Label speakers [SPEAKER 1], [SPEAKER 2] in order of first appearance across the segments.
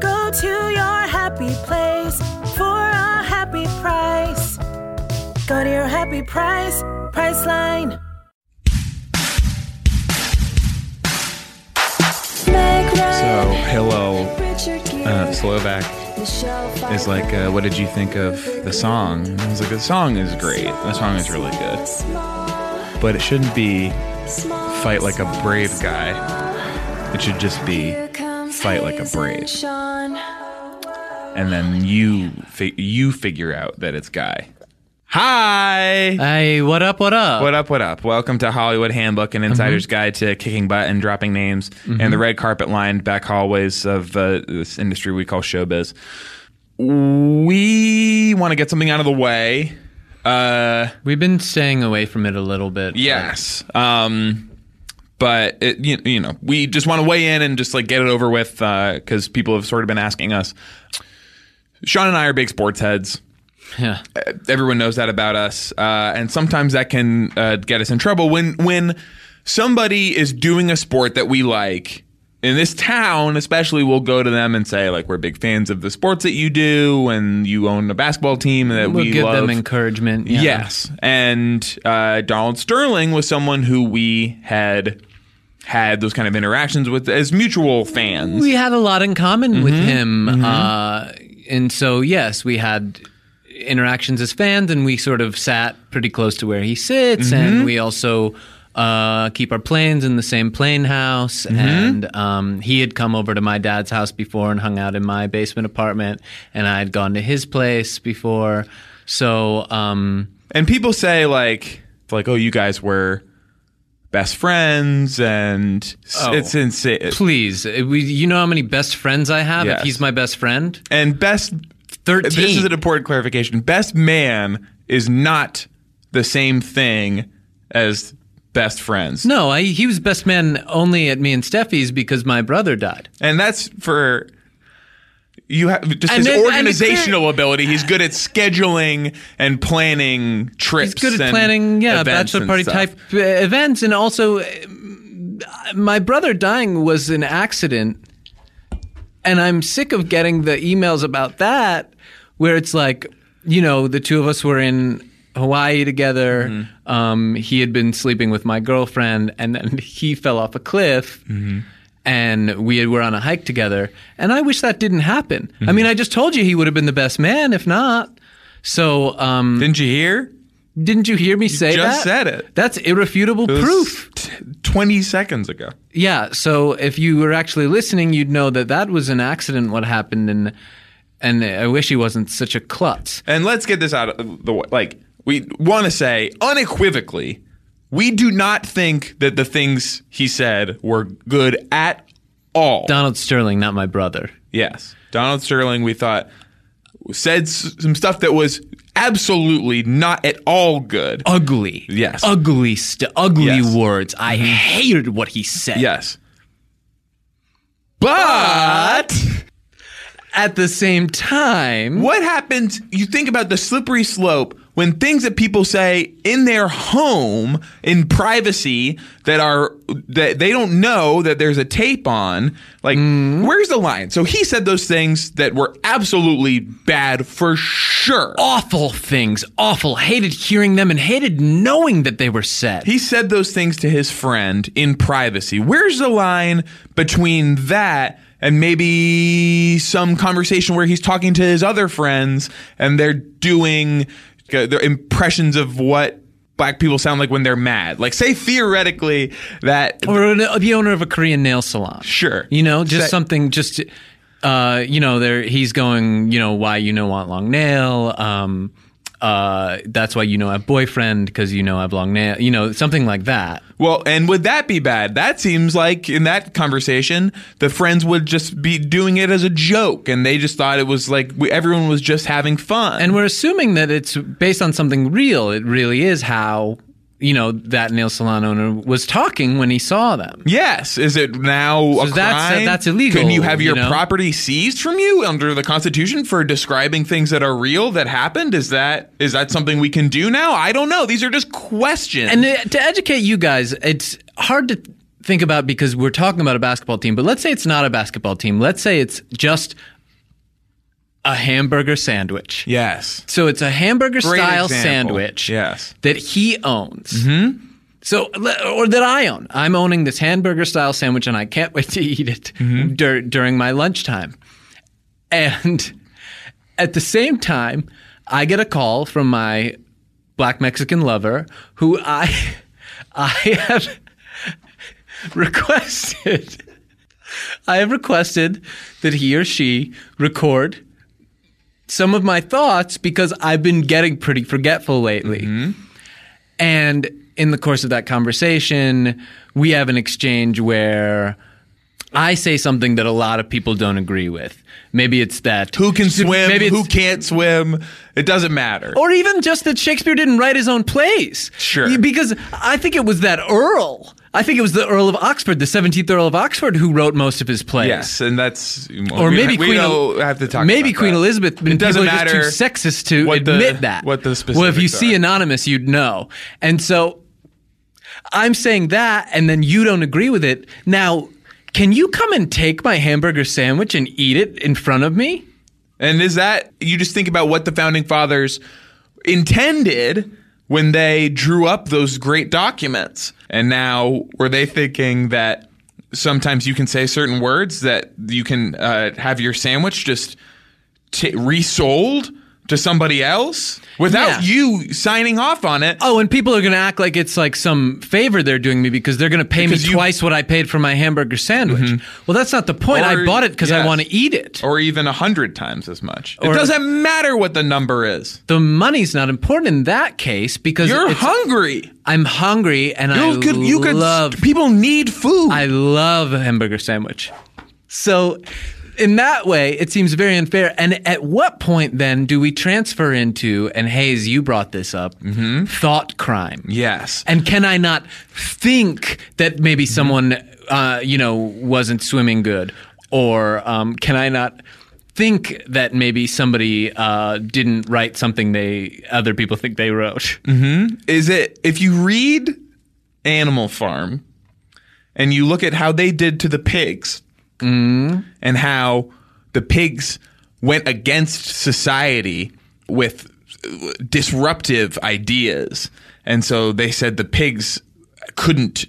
[SPEAKER 1] Go to your happy place for a happy price. Go to your happy price, Priceline.
[SPEAKER 2] So, hello, uh, Slovak is like, uh, what did you think of the song? And I was like, the song is great. The song is really good. But it shouldn't be fight like a brave guy. It should just be fight like a brave. And then you fi- you figure out that it's guy. Hi.
[SPEAKER 3] Hey, what up? What up?
[SPEAKER 2] What up? What up? Welcome to Hollywood Handbook, an insider's guide to kicking butt and dropping names, and the red carpet lined back hallways of uh, this industry we call showbiz. We want to get something out of the way. Uh,
[SPEAKER 3] We've been staying away from it a little bit.
[SPEAKER 2] yes, um, but it, you, you know, we just want to weigh in and just like get it over with because people have sort of been asking us. Sean and I are big sports heads
[SPEAKER 3] Yeah.
[SPEAKER 2] everyone knows that about us, uh, and sometimes that can uh, get us in trouble when when somebody is doing a sport that we like. In this town, especially, we'll go to them and say, like, we're big fans of the sports that you do, and you own a basketball team that
[SPEAKER 3] We'll
[SPEAKER 2] we
[SPEAKER 3] give
[SPEAKER 2] love.
[SPEAKER 3] them encouragement. Yeah.
[SPEAKER 2] Yes. And uh, Donald Sterling was someone who we had had those kind of interactions with as mutual fans.
[SPEAKER 3] We had a lot in common with
[SPEAKER 2] Mm-hmm.
[SPEAKER 3] him. Uh, and so, yes, we had interactions as fans, and we sort of sat pretty close to where he sits.
[SPEAKER 2] Mm-hmm.
[SPEAKER 3] And we also uh, keep our planes in the same plane house.
[SPEAKER 2] Mm-hmm.
[SPEAKER 3] And um, he had come over to my dad's house before and hung out in my basement apartment. And I had gone to his place before. So, um,
[SPEAKER 2] And people say like like oh you guys were best friends and s-
[SPEAKER 3] Oh.
[SPEAKER 2] it's insane
[SPEAKER 3] Please, uh, we, you know how many best friends I have.
[SPEAKER 2] Yes.
[SPEAKER 3] If he's my best friend,
[SPEAKER 2] and best
[SPEAKER 3] thirteen.
[SPEAKER 2] this is an important clarification best man is not the same thing as best friends
[SPEAKER 3] no, I, he was best man only at me and Steffi's because my brother died.
[SPEAKER 2] and that's for you have just
[SPEAKER 3] And
[SPEAKER 2] his
[SPEAKER 3] then- and it's
[SPEAKER 2] organizational ability he's good at scheduling and planning trips
[SPEAKER 3] He's good at
[SPEAKER 2] and
[SPEAKER 3] planning, yeah,
[SPEAKER 2] events
[SPEAKER 3] bachelor
[SPEAKER 2] and
[SPEAKER 3] party
[SPEAKER 2] stuff.
[SPEAKER 3] type uh, events, and also uh, my brother dying was an accident, and I'm sick of getting the emails about that, where it's like, you know, the two of us were in Hawaii together.
[SPEAKER 2] Mm-hmm.
[SPEAKER 3] Um, he had been sleeping with my girlfriend, and then he fell off a cliff.
[SPEAKER 2] Mm-hmm.
[SPEAKER 3] And we were on a hike together, and I wish that didn't happen.
[SPEAKER 2] Mm-hmm.
[SPEAKER 3] I mean, I just told you he would have been the best man if not. So, um,
[SPEAKER 2] didn't you hear
[SPEAKER 3] didn't you hear me say
[SPEAKER 2] just
[SPEAKER 3] that?
[SPEAKER 2] said it.
[SPEAKER 3] That's irrefutable
[SPEAKER 2] It was
[SPEAKER 3] proof.
[SPEAKER 2] t- 20 seconds ago
[SPEAKER 3] Yeah. So if you were actually listening, you'd know that that was an accident. What happened, and and I wish he wasn't such a klutz.
[SPEAKER 2] And let's get this out of the way. Like, we want to say unequivocally, we do not think that the things he said were good at all.
[SPEAKER 3] Donald Sterling, not my brother.
[SPEAKER 2] yes. Donald Sterling, we thought, said s- some stuff that was absolutely not at all good.
[SPEAKER 3] Oh. Ugly.
[SPEAKER 2] Yes.
[SPEAKER 3] Ugly. St- ugly
[SPEAKER 2] Yes. Mm-hmm.
[SPEAKER 3] words. I hated what he said.
[SPEAKER 2] Yes. But
[SPEAKER 3] At the same time,
[SPEAKER 2] what happens? You think about the slippery slope when things that people say in their home in privacy that are that they don't know that there's a tape on. Like, where's the line? So he said those things that were absolutely bad for sure.
[SPEAKER 3] awful things. Awful. Hated hearing them and hated knowing that they were said.
[SPEAKER 2] He said those things to his friend in privacy. Where's the line between that and maybe some conversation where he's talking to his other friends and they're doing uh, their impressions of what black people sound like when they're mad? Like, say theoretically that.
[SPEAKER 3] or an, uh, the owner of a Korean nail salon.
[SPEAKER 2] Sure.
[SPEAKER 3] you know, just
[SPEAKER 2] Say-
[SPEAKER 3] something. Just uh, you know, there he's going. You know, why you know want long nail. Um, uh, that's why you know I have boyfriend because you know I have long nails, you know, something like that.
[SPEAKER 2] Well, and would that be bad? That seems like in that conversation, the friends would just be doing it as a joke, and they just thought it was like we, everyone was just having fun.
[SPEAKER 3] And we're assuming that it's based on something real. It really is how, you know, that nail salon owner was talking when he saw them.
[SPEAKER 2] yes, is it now a
[SPEAKER 3] So that's- uh,
[SPEAKER 2] crime?
[SPEAKER 3] that's illegal,
[SPEAKER 2] Can you have
[SPEAKER 3] you
[SPEAKER 2] your
[SPEAKER 3] know?
[SPEAKER 2] property seized from you under the Constitution for describing things that are real that happened? Is that is that something we can do now? I don't know. These are just questions.
[SPEAKER 3] And uh, to educate you guys, it's hard to think about because we're talking about a basketball team, but let's say it's not a basketball team. Let's say it's just a hamburger sandwich.
[SPEAKER 2] yes,
[SPEAKER 3] So it's a hamburger
[SPEAKER 2] Great
[SPEAKER 3] style
[SPEAKER 2] example.
[SPEAKER 3] sandwich
[SPEAKER 2] Yes.
[SPEAKER 3] that he owns. Mm-hmm. So or that I own. I'm owning this hamburger style sandwich and I can't wait to eat it
[SPEAKER 2] Mm-hmm.
[SPEAKER 3] dur- during my lunchtime. And at the same time, I get a call from my black Mexican lover who I I have requested I have requested that he or she record some of my thoughts because I've been getting pretty forgetful lately.
[SPEAKER 2] Mm-hmm.
[SPEAKER 3] And in the course of that conversation, we have an exchange where I say something that a lot of people don't agree with. Maybe it's that
[SPEAKER 2] who can swim?
[SPEAKER 3] Maybe it's-
[SPEAKER 2] who can't swim? It doesn't matter.
[SPEAKER 3] or even just that Shakespeare didn't write his own plays.
[SPEAKER 2] Sure.
[SPEAKER 3] Y- Because I think it was that Earl. I think it was the Earl of Oxford, the 17th Earl of Oxford, who wrote most of his plays.
[SPEAKER 2] Yes, and that's well,
[SPEAKER 3] Or
[SPEAKER 2] we-
[SPEAKER 3] maybe
[SPEAKER 2] we
[SPEAKER 3] Queen.
[SPEAKER 2] don't have to talk.
[SPEAKER 3] Maybe
[SPEAKER 2] about
[SPEAKER 3] Queen
[SPEAKER 2] that.
[SPEAKER 3] Elizabeth.
[SPEAKER 2] It
[SPEAKER 3] and
[SPEAKER 2] doesn't
[SPEAKER 3] people are
[SPEAKER 2] matter.
[SPEAKER 3] Just too sexist to
[SPEAKER 2] what the-
[SPEAKER 3] admit that.
[SPEAKER 2] What the
[SPEAKER 3] Well, if you
[SPEAKER 2] specifics
[SPEAKER 3] see
[SPEAKER 2] are.
[SPEAKER 3] anonymous, you'd know. And so, I'm saying that, and then you don't agree with it. Now, can you come and take my hamburger sandwich and eat it in front of me?
[SPEAKER 2] And is that you just think about what the founding fathers intended when they drew up those great documents? And now were they thinking that sometimes you can say certain words that you can uh, have your sandwich just t- resold to somebody else without
[SPEAKER 3] Yeah.
[SPEAKER 2] you signing off on it?
[SPEAKER 3] Oh, and people are going to act like it's like some favor they're doing me because they're going to pay
[SPEAKER 2] Because
[SPEAKER 3] me
[SPEAKER 2] you- Mm-hmm.
[SPEAKER 3] twice what I paid for my hamburger sandwich. Well, that's not the point.
[SPEAKER 2] Or-
[SPEAKER 3] I bought it because
[SPEAKER 2] yes.
[SPEAKER 3] I want to eat it.
[SPEAKER 2] Or even a hundred times as much. it
[SPEAKER 3] Or-
[SPEAKER 2] doesn't matter what the number is.
[SPEAKER 3] the money's not important in that case because
[SPEAKER 2] You're
[SPEAKER 3] it's-
[SPEAKER 2] hungry.
[SPEAKER 3] I'm hungry and I
[SPEAKER 2] You could, you could.
[SPEAKER 3] love.
[SPEAKER 2] people need food.
[SPEAKER 3] I love a hamburger sandwich. So, in that way, it seems very unfair. And at what point then do we transfer into? And Hayes, you brought this up. Thought crime.
[SPEAKER 2] yes.
[SPEAKER 3] And can I not think that maybe someone, uh, you know, wasn't swimming good? Or um, can I not think that maybe somebody uh, didn't write something they other people think they wrote?
[SPEAKER 2] is it if you read Animal Farm and you look at how they did to the pigs and how the pigs went against society with uh, disruptive ideas. And so they said the pigs couldn't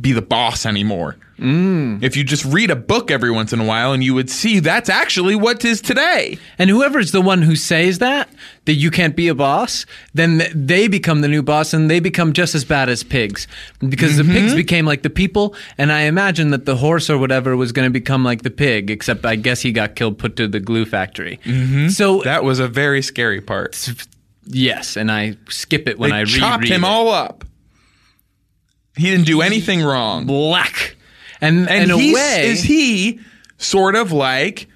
[SPEAKER 2] be the boss anymore. If you just read a book every once in a while and you would see that's actually what is today.
[SPEAKER 3] And whoever's the one who says that that you can't be a boss, then th- they become the new boss, and they become just as bad as pigs because the pigs
[SPEAKER 2] Mm-hmm.
[SPEAKER 3] became like the people, and I imagine that the horse or whatever was going to become like the pig, except I guess he got killed, put to the glue factory. So
[SPEAKER 2] Mm-hmm. That was a very scary part.
[SPEAKER 3] Yes, and I skip it when
[SPEAKER 2] They
[SPEAKER 3] I reread
[SPEAKER 2] chopped him
[SPEAKER 3] it.
[SPEAKER 2] all up. He didn't do anything wrong.
[SPEAKER 3] black. And,
[SPEAKER 2] And
[SPEAKER 3] in a
[SPEAKER 2] he's-
[SPEAKER 3] way,
[SPEAKER 2] is he sort of like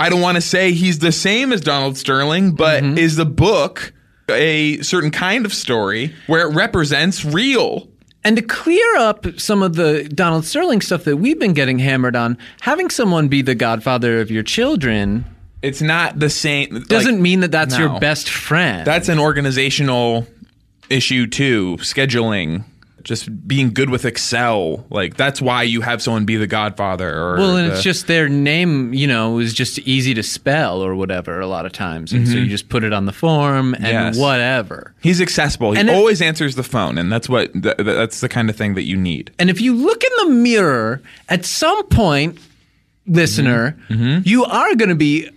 [SPEAKER 2] I don't want to say he's the same as Donald Sterling, but
[SPEAKER 3] Mm-hmm.
[SPEAKER 2] is the book a certain kind of story where it represents real?
[SPEAKER 3] and to clear up some of the Donald Sterling stuff that we've been getting hammered on, having someone be the godfather of your children
[SPEAKER 2] It's not the same. like,
[SPEAKER 3] doesn't mean that that's
[SPEAKER 2] no.
[SPEAKER 3] your best friend.
[SPEAKER 2] that's an organizational issue too. Scheduling, just being good with Excel, like that's why you have someone be the Godfather. Or
[SPEAKER 3] well, and
[SPEAKER 2] the-
[SPEAKER 3] it's just their name, you know, is just easy to spell or whatever a lot of times. And so you just put it on the form and
[SPEAKER 2] Mm-hmm. Yes.
[SPEAKER 3] whatever.
[SPEAKER 2] He's accessible. He
[SPEAKER 3] And it-
[SPEAKER 2] always answers the phone, and that's what th- th- that's the kind of thing that you need.
[SPEAKER 3] And if you look in the
[SPEAKER 2] Mm-hmm.
[SPEAKER 3] mirror, at some point, listener, you are going to be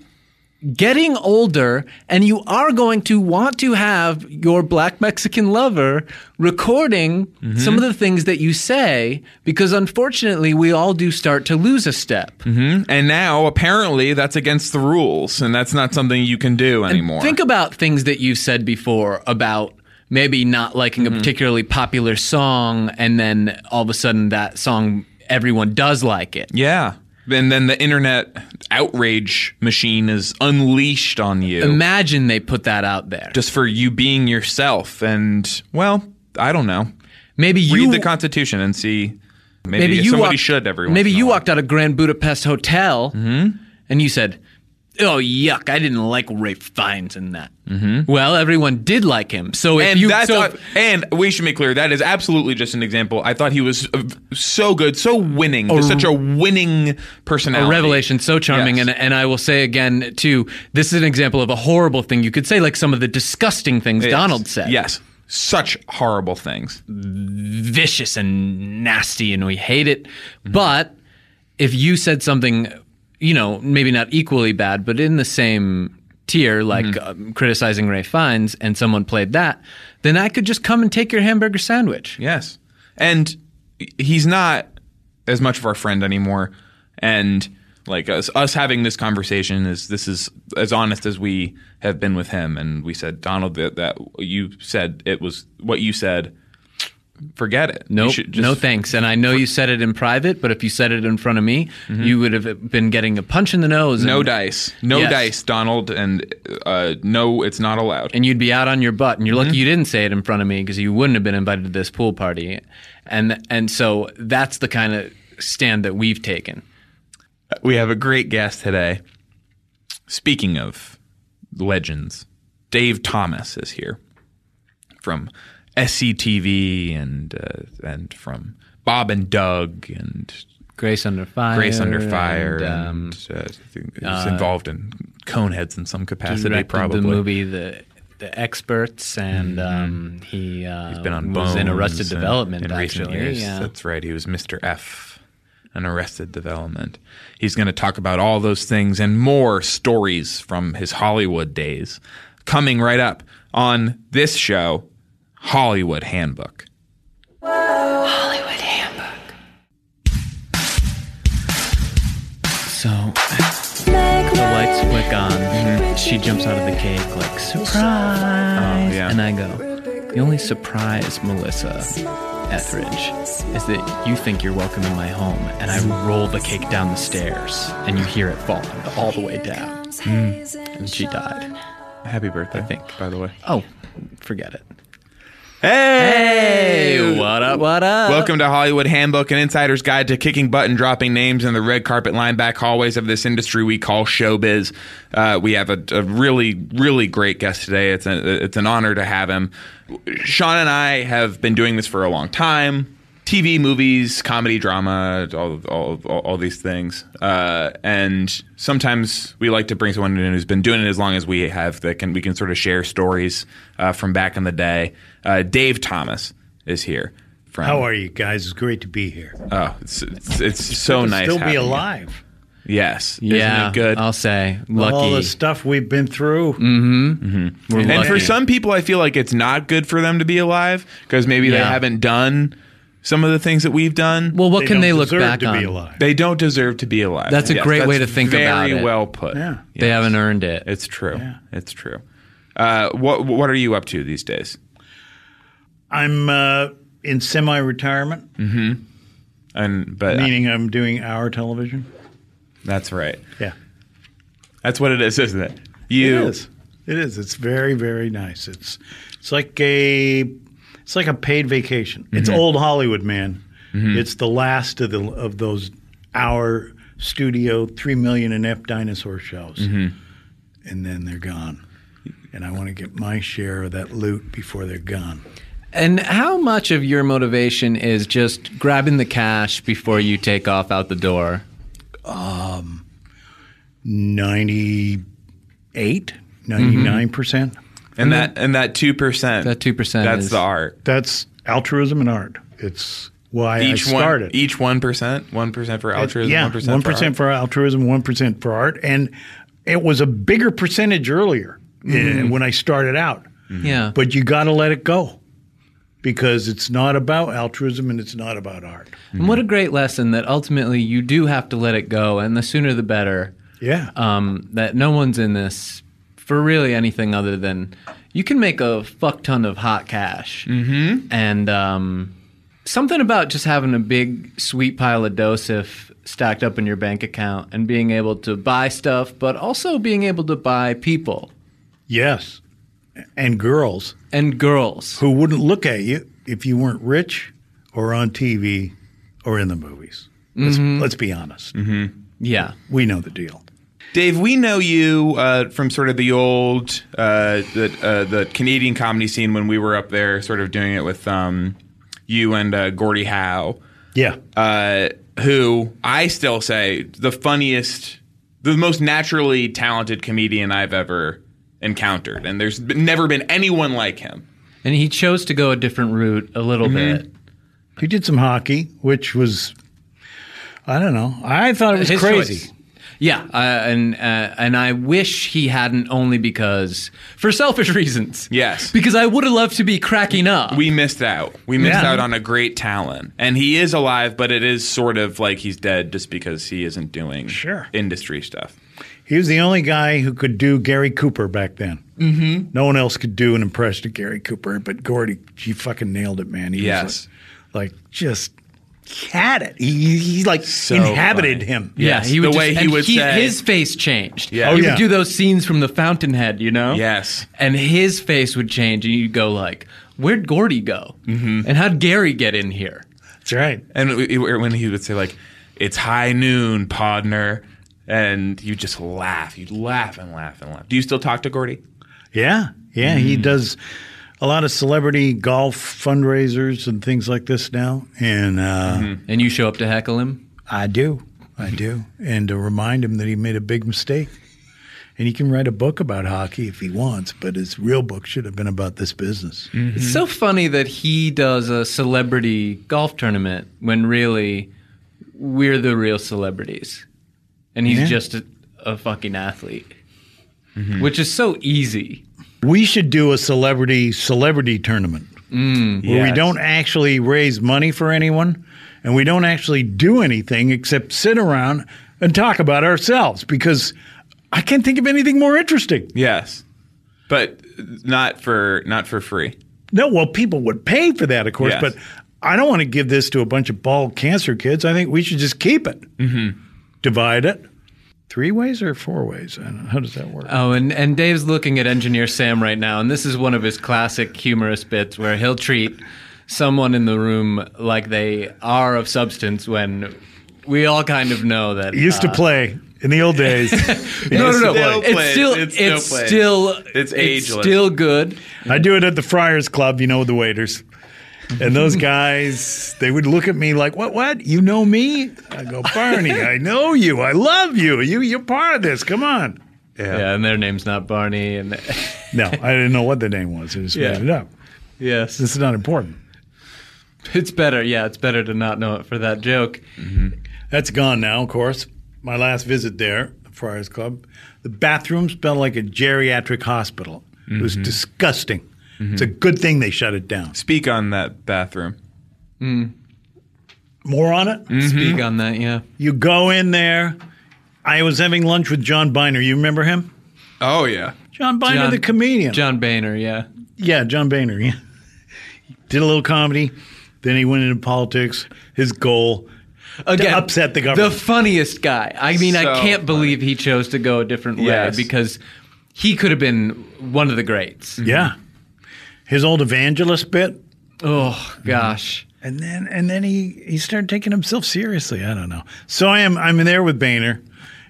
[SPEAKER 3] getting older and you are going to want to have your black Mexican lover recording
[SPEAKER 2] Mm-hmm.
[SPEAKER 3] some of the things that you say because unfortunately we all do start to lose a step.
[SPEAKER 2] And now apparently that's against the rules, and that's not something you can do anymore.
[SPEAKER 3] Think about things that you've said before about maybe not liking
[SPEAKER 2] Mm-hmm.
[SPEAKER 3] a particularly popular song, and then all of a sudden that song everyone does like it.
[SPEAKER 2] yeah. And then the internet outrage machine is unleashed on you.
[SPEAKER 3] Imagine they put that out there.
[SPEAKER 2] just for you being yourself and well i don't know
[SPEAKER 3] maybe you
[SPEAKER 2] read the constitution and see maybe,
[SPEAKER 3] maybe you
[SPEAKER 2] somebody
[SPEAKER 3] walked-
[SPEAKER 2] should Mm-hmm. every once
[SPEAKER 3] maybe
[SPEAKER 2] in a
[SPEAKER 3] you
[SPEAKER 2] while.
[SPEAKER 3] walked out of Grand Budapest Hotel and you said, "Oh yuck, I didn't like Ray Fiennes in that." Well, everyone did like him, so if
[SPEAKER 2] Mm-hmm. and
[SPEAKER 3] you
[SPEAKER 2] that's
[SPEAKER 3] so,
[SPEAKER 2] not- and we should make clear that is absolutely just an example i thought he was uh, so good so winning just such a winning personality
[SPEAKER 3] a revelation so charming
[SPEAKER 2] Yes.
[SPEAKER 3] and and I will say again too this is an example of a horrible thing you could say like some of the disgusting things
[SPEAKER 2] Yes.
[SPEAKER 3] Donald said
[SPEAKER 2] yes such horrible things
[SPEAKER 3] vicious and nasty and we hate it
[SPEAKER 2] Mm-hmm.
[SPEAKER 3] but if you said something you know maybe not equally bad but in the same tier like
[SPEAKER 2] Mm-hmm.
[SPEAKER 3] um, criticizing Ray Fiennes and someone played that then I could just come and take your hamburger sandwich
[SPEAKER 2] yes and he's not as much of our friend anymore and like us, us having this conversation is this is as honest as we have been with him and we said donald that, that you said it was what you said forget it You
[SPEAKER 3] No,
[SPEAKER 2] should just-
[SPEAKER 3] no thanks. And I know you said it in private, but if you said it in front of me, you would have been getting a punch in the nose.
[SPEAKER 2] Mm-hmm. no
[SPEAKER 3] and-
[SPEAKER 2] dice no
[SPEAKER 3] Yes.
[SPEAKER 2] dice donald and uh, no it's not allowed
[SPEAKER 3] and you'd be out on your butt. And you're lucky you didn't say it in front of me because you wouldn't have been invited to this pool party. And and so that's the kind of stand that we've taken.
[SPEAKER 2] we have a great guest today speaking of legends dave thomas is here from sctv and uh, and from bob and doug and
[SPEAKER 3] Grace under fire.
[SPEAKER 2] Grace Under Fire, and,
[SPEAKER 3] and, um,
[SPEAKER 2] uh, I think he was involved in Coneheads in some capacity,
[SPEAKER 3] directed
[SPEAKER 2] probably.
[SPEAKER 3] the movie the the experts and um, he uh,
[SPEAKER 2] He's been on
[SPEAKER 3] was in
[SPEAKER 2] Bones
[SPEAKER 3] Arrested
[SPEAKER 2] and-
[SPEAKER 3] Development
[SPEAKER 2] in
[SPEAKER 3] actually.
[SPEAKER 2] recent years.
[SPEAKER 3] yeah.
[SPEAKER 2] That's right. He was Mr. F on Arrested Development. He's going to talk about all those things and more stories from his Hollywood days coming right up on this show, Hollywood Handbook.
[SPEAKER 3] So the lights flick on. She jumps out of the cake like surprise,
[SPEAKER 2] Oh, yeah.
[SPEAKER 3] and I go. The only surprise, Melissa Etheridge, is that you think you're welcome in my home, and I roll the cake down the stairs, and you hear it falling all the way down, and she died.
[SPEAKER 2] Happy birthday, I think, by the way.
[SPEAKER 3] Oh, forget it.
[SPEAKER 2] Hey!
[SPEAKER 3] what up? What up?
[SPEAKER 2] Welcome to Hollywood Handbook, an insider's guide to kicking butt and dropping names in the red carpet line back hallways of this industry we call showbiz. Uh, we have a, a really, really great guest today. It's, a, it's an honor to have him. Sean and I have been doing this for a long time TV, movies, comedy, drama, all, all, all, all these things. Uh, and sometimes we like to bring someone in who's been doing it as long as we have that can we can sort of share stories uh, from back in the day. Uh, Dave Thomas is here. From
[SPEAKER 4] How are you guys? It's great to be here.
[SPEAKER 2] Oh, it's it's, it's so
[SPEAKER 4] To
[SPEAKER 2] nice.
[SPEAKER 4] Still
[SPEAKER 2] having
[SPEAKER 4] be
[SPEAKER 2] you.
[SPEAKER 4] alive.
[SPEAKER 2] Yes.
[SPEAKER 3] Yeah,
[SPEAKER 2] Isn't it good?
[SPEAKER 3] I'll say lucky. Mm.
[SPEAKER 4] All the stuff we've been through.
[SPEAKER 3] We're
[SPEAKER 2] and
[SPEAKER 3] lucky.
[SPEAKER 2] for some people, I feel like it's not good for them to be alive because maybe they
[SPEAKER 3] Yeah.
[SPEAKER 2] haven't done some of the things that we've done.
[SPEAKER 3] well, what can
[SPEAKER 4] don't
[SPEAKER 3] they look
[SPEAKER 4] deserve
[SPEAKER 3] back
[SPEAKER 4] to
[SPEAKER 3] on?
[SPEAKER 4] be alive.
[SPEAKER 2] they don't deserve to be alive.
[SPEAKER 3] That's a great way to think
[SPEAKER 2] very
[SPEAKER 3] about it.
[SPEAKER 2] well put.
[SPEAKER 4] Yeah.
[SPEAKER 3] They
[SPEAKER 2] Yes.
[SPEAKER 3] haven't earned it.
[SPEAKER 2] It's true. It's true. Uh, what what are you up to these days?
[SPEAKER 4] I'm uh, in semi-retirement,
[SPEAKER 2] And but uh,
[SPEAKER 4] meaning I'm doing our television.
[SPEAKER 2] that's right.
[SPEAKER 4] Yeah,
[SPEAKER 2] That's what it is, isn't it? You
[SPEAKER 4] it is. It is. It's very, very nice. It's it's like a it's like a paid vacation. It's
[SPEAKER 2] Mm-hmm.
[SPEAKER 4] old Hollywood, man. It's the last of the of those our studio three million inept dinosaur shows,
[SPEAKER 2] Mm-hmm.
[SPEAKER 4] and then they're gone. And I want to get my share of that loot before they're gone.
[SPEAKER 3] And how much of your motivation is just grabbing the cash before you take off out the door?
[SPEAKER 4] 98,
[SPEAKER 2] Mm-hmm.
[SPEAKER 4] 99 percent.
[SPEAKER 2] and that and that two percent.
[SPEAKER 3] That 2%
[SPEAKER 2] That's
[SPEAKER 3] is-
[SPEAKER 2] the art.
[SPEAKER 4] That's altruism and art. It's why
[SPEAKER 2] each
[SPEAKER 4] I started.
[SPEAKER 2] one each one percent one percent for altruism
[SPEAKER 4] yeah,
[SPEAKER 2] one percent
[SPEAKER 4] for altruism, one percent for art, and it was a bigger percentage earlier eh,
[SPEAKER 2] Mm-hmm.
[SPEAKER 4] when I started out.
[SPEAKER 3] Yeah.
[SPEAKER 4] But you got to let it go because it's not about altruism and it's not about art.
[SPEAKER 3] And what a great lesson that ultimately you do have to let it go, and the sooner the better.
[SPEAKER 4] Yeah.
[SPEAKER 3] Um, that no one's in this for really anything other than you can make a fuck ton of hot cash. Mm-hmm. And um, something about just having a big sweet pile of dosif stacked up in your bank account and being able to buy stuff, but also being able to buy people
[SPEAKER 4] yes. And girls
[SPEAKER 3] and girls.
[SPEAKER 4] who wouldn't look at you if you weren't rich or on TV or in the movies. Let's,
[SPEAKER 2] Mm-hmm.
[SPEAKER 4] let's be honest.
[SPEAKER 3] Yeah.
[SPEAKER 4] We know the deal.
[SPEAKER 2] Dave, we know you uh, from sort of the old uh, the uh, the Canadian comedy scene when we were up there, sort of doing it with um, you and uh, Gordie Howe,
[SPEAKER 4] Yeah.
[SPEAKER 2] uh, who I still say the funniest, the most naturally talented comedian I've ever encountered, and there's been- never been anyone like him.
[SPEAKER 3] And he chose to go a different route a little
[SPEAKER 2] Mm-hmm.
[SPEAKER 3] bit.
[SPEAKER 4] He did some hockey, which was, I don't know. I thought it was
[SPEAKER 3] His
[SPEAKER 4] crazy.
[SPEAKER 3] choice. Yeah, uh, and uh, and I wish he hadn't only because for selfish reasons.
[SPEAKER 2] Yes.
[SPEAKER 3] because I would have loved to be cracking up.
[SPEAKER 2] We missed out. We missed
[SPEAKER 4] Yeah.
[SPEAKER 2] out on a great talent. And he is alive, but it is sort of like he's dead just because he isn't doing
[SPEAKER 4] Sure.
[SPEAKER 2] industry stuff.
[SPEAKER 4] He was the only guy who could do Gary Cooper back then. Mm-hmm. No one else could do an impression of Gary Cooper, but Gordy, he fucking nailed it, man. He
[SPEAKER 2] Yes.
[SPEAKER 4] was like, like just had it. He, he like inhabited
[SPEAKER 2] funny.
[SPEAKER 4] him.
[SPEAKER 3] yeah,
[SPEAKER 2] Yes,
[SPEAKER 3] he would
[SPEAKER 2] the
[SPEAKER 3] just-
[SPEAKER 2] way he
[SPEAKER 3] and
[SPEAKER 2] would say-
[SPEAKER 3] his face changed.
[SPEAKER 2] Yeah. Oh,
[SPEAKER 3] he
[SPEAKER 4] yeah.
[SPEAKER 3] would do those scenes from the Fountainhead, you know.
[SPEAKER 2] Yes.
[SPEAKER 3] and his face would change, and you'd go like, "Where'd Gordy go? Mm-hmm. And how'd Gary get in here?"
[SPEAKER 4] That's right.
[SPEAKER 2] And it- it- when he would say like, "It's high noon, podner," and you just laugh, you laugh and laugh and laugh. Do you still talk to Gordy?
[SPEAKER 4] Yeah, yeah, he does a lot of celebrity golf fundraisers and things like this now, and uh,
[SPEAKER 3] And you show up to heckle him.
[SPEAKER 4] I do, I do, and to remind him that he made a big mistake. And he can write a book about hockey if he wants, but his real book should have been about this business.
[SPEAKER 3] It's so funny that he does a celebrity golf tournament when really we're the real celebrities. And he's
[SPEAKER 4] Yeah.
[SPEAKER 3] just a, a fucking athlete, which is so easy.
[SPEAKER 4] We should do a celebrity celebrity tournament where we don't actually raise money for anyone, and we don't actually do anything except sit around and talk about ourselves because I can't think of anything more interesting.
[SPEAKER 2] Yes, but not for not for free.
[SPEAKER 4] No, well, people would pay for that, of course,
[SPEAKER 2] Yes.
[SPEAKER 4] but I don't want to give this to a bunch of bald cancer kids. I think we should just keep it, mm-hmm. divide it. Three ways or four ways? I don't know. How does that work?
[SPEAKER 3] Oh, and, and Dave's looking at Engineer Sam right now, and this is one of his classic humorous bits where he'll treat someone in the room like they are of substance when we all kind of know that. uh,
[SPEAKER 4] It used to play in the old days.
[SPEAKER 3] No, no, no.
[SPEAKER 2] Still
[SPEAKER 3] it's
[SPEAKER 2] plays.
[SPEAKER 3] still,
[SPEAKER 2] It still
[SPEAKER 3] it's,
[SPEAKER 2] plays.
[SPEAKER 3] still,
[SPEAKER 2] It's ageless.
[SPEAKER 3] still good.
[SPEAKER 4] I do it at the Friars Club, you know, the waiters. And those guys, they would look at me like, "What? What? You know me?" I go, "Barney, I know you. I love you. You, you're part of this. Come on."
[SPEAKER 3] Yeah, and their name's not Barney. And
[SPEAKER 4] No, I didn't know what the name was. I just
[SPEAKER 3] Yeah.
[SPEAKER 4] made it up.
[SPEAKER 3] yes,
[SPEAKER 4] This is not important.
[SPEAKER 3] it's better. Yeah, it's better to not know it for that joke.
[SPEAKER 4] That's gone now, of course. My last visit there, the Friars Club, the bathroom smelled like a geriatric hospital. It was disgusting. It's a good thing they shut it down.
[SPEAKER 2] Speak on that bathroom.
[SPEAKER 4] More on it?
[SPEAKER 3] Speak on that. Yeah,
[SPEAKER 4] You go in there. I was having lunch with John Biner. You remember him?
[SPEAKER 2] Oh yeah,
[SPEAKER 4] John Biner,
[SPEAKER 3] John-
[SPEAKER 4] the comedian.
[SPEAKER 3] John Boehner. Yeah,
[SPEAKER 4] Yeah, John Boehner. Yeah. Did a little comedy. Then he went into politics. His goal.
[SPEAKER 3] again,
[SPEAKER 4] upset the government.
[SPEAKER 3] The funniest guy. I mean, I
[SPEAKER 2] So
[SPEAKER 3] can't believe he chose to go a different way
[SPEAKER 2] Yes.
[SPEAKER 3] because he could have been one of the greats.
[SPEAKER 4] Yeah. His old evangelist bit.
[SPEAKER 3] Oh
[SPEAKER 4] Mm-hmm.
[SPEAKER 3] gosh.
[SPEAKER 4] and then and then he he started taking himself seriously. I don't know. So I am I'm there with Boehner,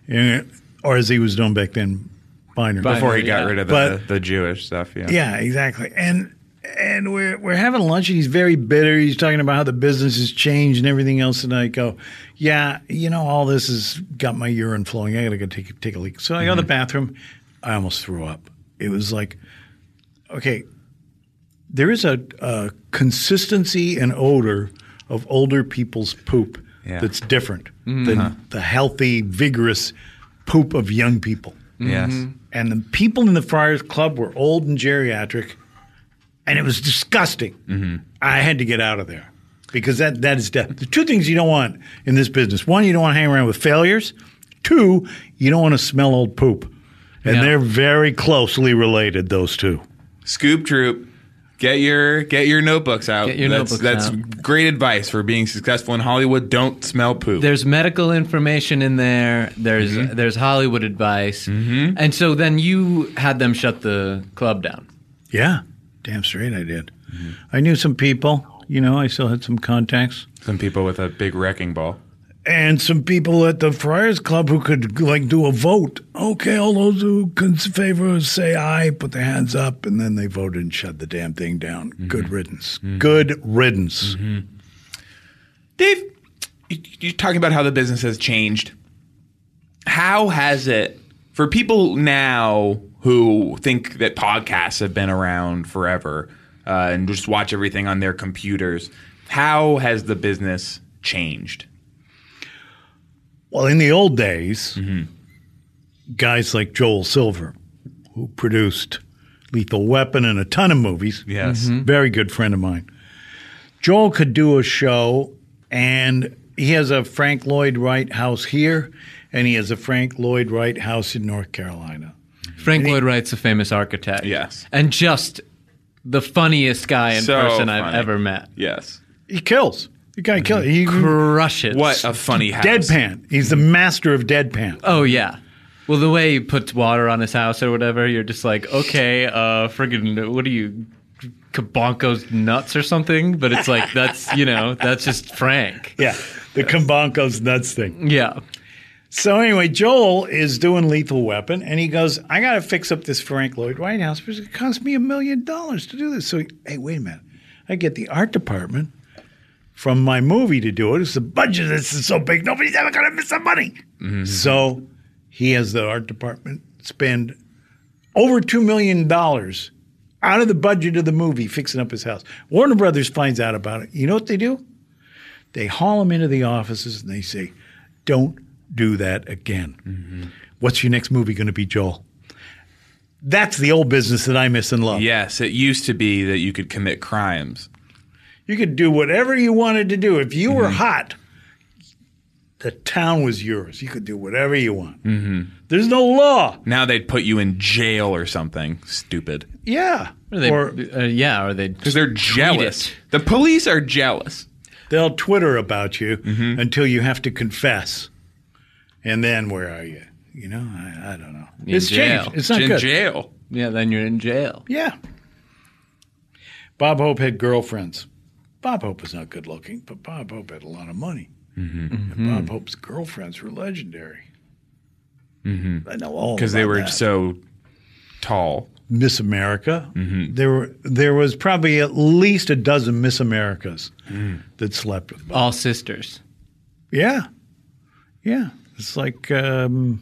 [SPEAKER 4] and- or as he was known back then, Biner.
[SPEAKER 2] before he
[SPEAKER 3] Yeah.
[SPEAKER 2] got rid of the,
[SPEAKER 4] But-
[SPEAKER 2] the Jewish stuff. Yeah.
[SPEAKER 4] Yeah, exactly. And and we're we're having lunch, and he's very bitter. He's talking about how the business has changed and everything else. And I go, yeah, you know, all this has got my urine flowing. I gotta go take take a leak. So I go to the bathroom. I almost threw up. It was like, okay, there is a, a consistency and odor of older people's poop
[SPEAKER 2] Yeah.
[SPEAKER 4] that's different than the healthy, vigorous poop of young people.
[SPEAKER 2] Yes.
[SPEAKER 4] and the people in the Friars Club were old and geriatric, and it was disgusting. I had to get out of there because that that is death. The two things you don't want in this business: one, you don't want to hang around with failures; two, you don't want to smell old poop. And
[SPEAKER 3] Yeah.
[SPEAKER 4] they're very closely related, those two.
[SPEAKER 2] Scoop Troop, get your get your notebooks out.
[SPEAKER 3] Get your
[SPEAKER 2] that's,
[SPEAKER 3] notebooks
[SPEAKER 2] That's
[SPEAKER 3] out.
[SPEAKER 2] great advice for being successful in Hollywood. Don't smell poop.
[SPEAKER 3] There's medical information in there. There's
[SPEAKER 4] Mm-hmm.
[SPEAKER 3] there's Hollywood advice, and so then you had them shut the club down.
[SPEAKER 4] Yeah, damn straight I did. I knew some people. You know, I still had some contacts.
[SPEAKER 2] Some people with a big wrecking ball.
[SPEAKER 4] and some people at the Friars Club who could like do a vote. Okay, all those who can favor say aye, put their hands up, and then they voted and shut the damn thing down. Good riddance. Good riddance.
[SPEAKER 2] Dave, you- you're talking about how the business has changed. How has it for people now who think that podcasts have been around forever uh, and just watch everything on their computers? How has the business changed?
[SPEAKER 4] Well, in the old days,
[SPEAKER 2] Mm-hmm.
[SPEAKER 4] guys like Joel Silver, who produced Lethal Weapon and a ton of movies,
[SPEAKER 2] Yes.
[SPEAKER 4] very good friend of mine. Joel could do a show, and he has a Frank Lloyd Wright house here, and he has a Frank Lloyd Wright house in North Carolina.
[SPEAKER 3] Frank Lloyd Wright's a famous architect.
[SPEAKER 2] Yes.
[SPEAKER 3] and just the funniest guy in
[SPEAKER 2] So
[SPEAKER 3] person I've
[SPEAKER 2] funny.
[SPEAKER 3] ever met.
[SPEAKER 2] Yes.
[SPEAKER 4] He kills. The guy kills. He
[SPEAKER 3] Crush it.
[SPEAKER 2] What a funny Mm-hmm. house. Mm-hmm.
[SPEAKER 4] deadpan. He's the master of deadpan.
[SPEAKER 3] Oh yeah. Well, the way he puts water on his house or whatever, you're just like, okay, uh, friggin', what are you, Kabonko's nuts or something? But it's like that's you know that's just Frank.
[SPEAKER 4] Yeah, the Kambanko's nuts thing.
[SPEAKER 3] Yeah.
[SPEAKER 4] So anyway, Joel is doing Lethal Weapon, and he goes, "I got to fix up this Frank Lloyd Wright house because it cost me a million dollars to do this." So, he- hey, wait a minute, I get the art department from my movie to do it. It's the budget. This is so big, nobody's ever gonna miss the money. So, he has the art department spend over two million dollars out of the budget of the movie fixing up his house. Warner Brothers finds out about it. You know what they do? They haul him into the offices and they say, "Don't do that again." What's your next movie going to be, Joel? That's the old business that I miss and love.
[SPEAKER 2] Yes, it used to be that you could commit crimes.
[SPEAKER 4] You could do whatever you wanted to do. If you were hot, the town was yours. You could do whatever you want. There's no law.
[SPEAKER 2] Now they'd put you in jail or something stupid
[SPEAKER 4] Yeah.
[SPEAKER 3] Or they,
[SPEAKER 4] or
[SPEAKER 3] uh, yeah, or they
[SPEAKER 2] because they're jealous.
[SPEAKER 3] it.
[SPEAKER 2] The police are jealous.
[SPEAKER 4] they'll Twitter about you until you have to confess. And then where are you? You know, I, I don't know. it's
[SPEAKER 3] jail.
[SPEAKER 4] changed. It's not
[SPEAKER 2] in
[SPEAKER 4] good.
[SPEAKER 2] jail.
[SPEAKER 3] yeah, then you're in jail.
[SPEAKER 4] Yeah. Bob Hope had girlfriends. Bob Hope was not good looking, but Bob Hope had a lot of money.
[SPEAKER 2] Mm-hmm.
[SPEAKER 4] And Bob Hope's girlfriends were legendary. I know all
[SPEAKER 2] because Mm-hmm. they
[SPEAKER 4] about
[SPEAKER 2] were
[SPEAKER 4] that.
[SPEAKER 2] so tall.
[SPEAKER 4] Miss America.
[SPEAKER 2] Mm-hmm.
[SPEAKER 4] There were there was probably at least a dozen Miss Americas
[SPEAKER 2] Mm.
[SPEAKER 4] that slept with Bob.
[SPEAKER 3] All sisters.
[SPEAKER 4] Yeah, yeah. It's like um,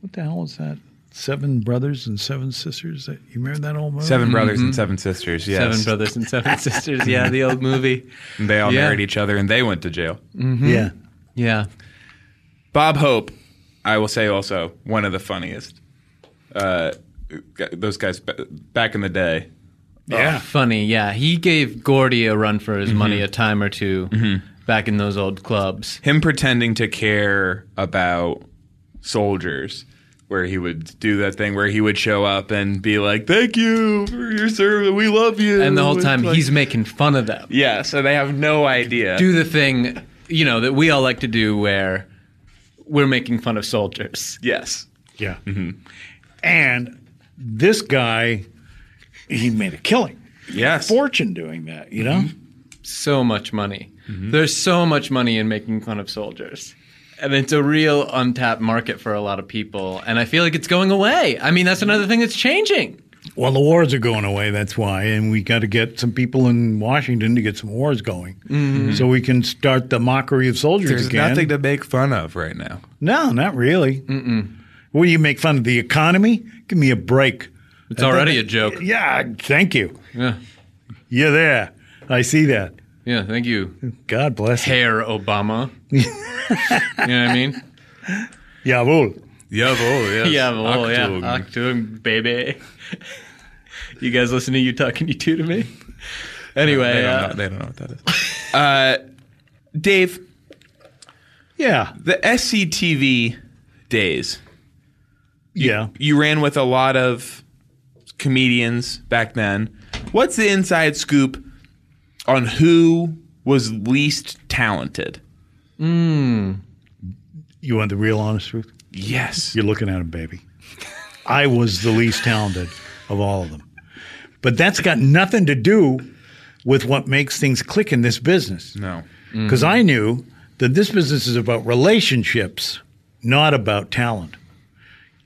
[SPEAKER 4] what the hell was that? Seven brothers and seven sisters. That you remember that old movie?
[SPEAKER 2] 7 brothers and seven sisters. Yes,
[SPEAKER 3] Mm-hmm. Seven brothers and seven sisters. Yeah, the old movie.
[SPEAKER 2] And they all
[SPEAKER 3] Yeah.
[SPEAKER 2] married each other, and they went to jail.
[SPEAKER 4] Yeah.
[SPEAKER 3] Yeah.
[SPEAKER 2] Bob Hope, I will say, also one of the funniest. Uh, g- those guys b- back in the day.
[SPEAKER 4] Yeah.
[SPEAKER 3] Funny, yeah. He gave Gordy a run for his money a time or 2 back in those old clubs.
[SPEAKER 2] Him pretending to care about soldiers. Where he would do that thing where he would show up and be like, "Thank you for your service. We love you."
[SPEAKER 3] And the whole time
[SPEAKER 2] It's like-
[SPEAKER 3] he's making fun of them.
[SPEAKER 2] yeah. So they have no idea.
[SPEAKER 3] Do the thing, you know, that we all like to do where we're making fun of soldiers.
[SPEAKER 2] yes.
[SPEAKER 4] Yeah. Mm-hmm. And this guy, he made a killing,
[SPEAKER 2] Yes.
[SPEAKER 4] fortune doing that. You know.
[SPEAKER 3] So much money. There's so much money in making fun of soldiers. And it's a real untapped market for a lot of people. And I feel like it's going away. I mean, that's another thing that's changing.
[SPEAKER 4] Well, the wars are going away. That's why, and we got to get some people in Washington to get some wars going, so we can start the mockery of soldiers
[SPEAKER 2] Mm-hmm. There's
[SPEAKER 4] again.
[SPEAKER 2] nothing to make fun of right now.
[SPEAKER 4] No, not really. Mm-mm. Will you make fun of the economy? Give me a break.
[SPEAKER 3] It's already a joke.
[SPEAKER 4] Yeah, thank you.
[SPEAKER 3] Yeah.
[SPEAKER 4] You're there. I see that.
[SPEAKER 3] Yeah, thank you.
[SPEAKER 4] God bless you.
[SPEAKER 3] Hair Obama. you know what I mean?
[SPEAKER 4] Jawohl.
[SPEAKER 2] Jawohl, yes. Achtung.
[SPEAKER 3] Achtung, baby. you guys listen to you talking you two to me? Anyway,
[SPEAKER 2] They don't,
[SPEAKER 3] uh,
[SPEAKER 2] know, they don't know what that is. Uh, Dave,
[SPEAKER 4] Yeah.
[SPEAKER 2] the SCTV days,
[SPEAKER 4] Yeah.
[SPEAKER 2] you ran with a lot of comedians back then. What's the inside scoop on who was least talented?
[SPEAKER 4] You want the real honest truth?
[SPEAKER 2] Yes.
[SPEAKER 4] You're looking at him, baby. I was the least talented of all of them. But that's got nothing to do with what makes things click in this business.
[SPEAKER 2] No.
[SPEAKER 4] Because I knew that this business is about relationships, not about talent.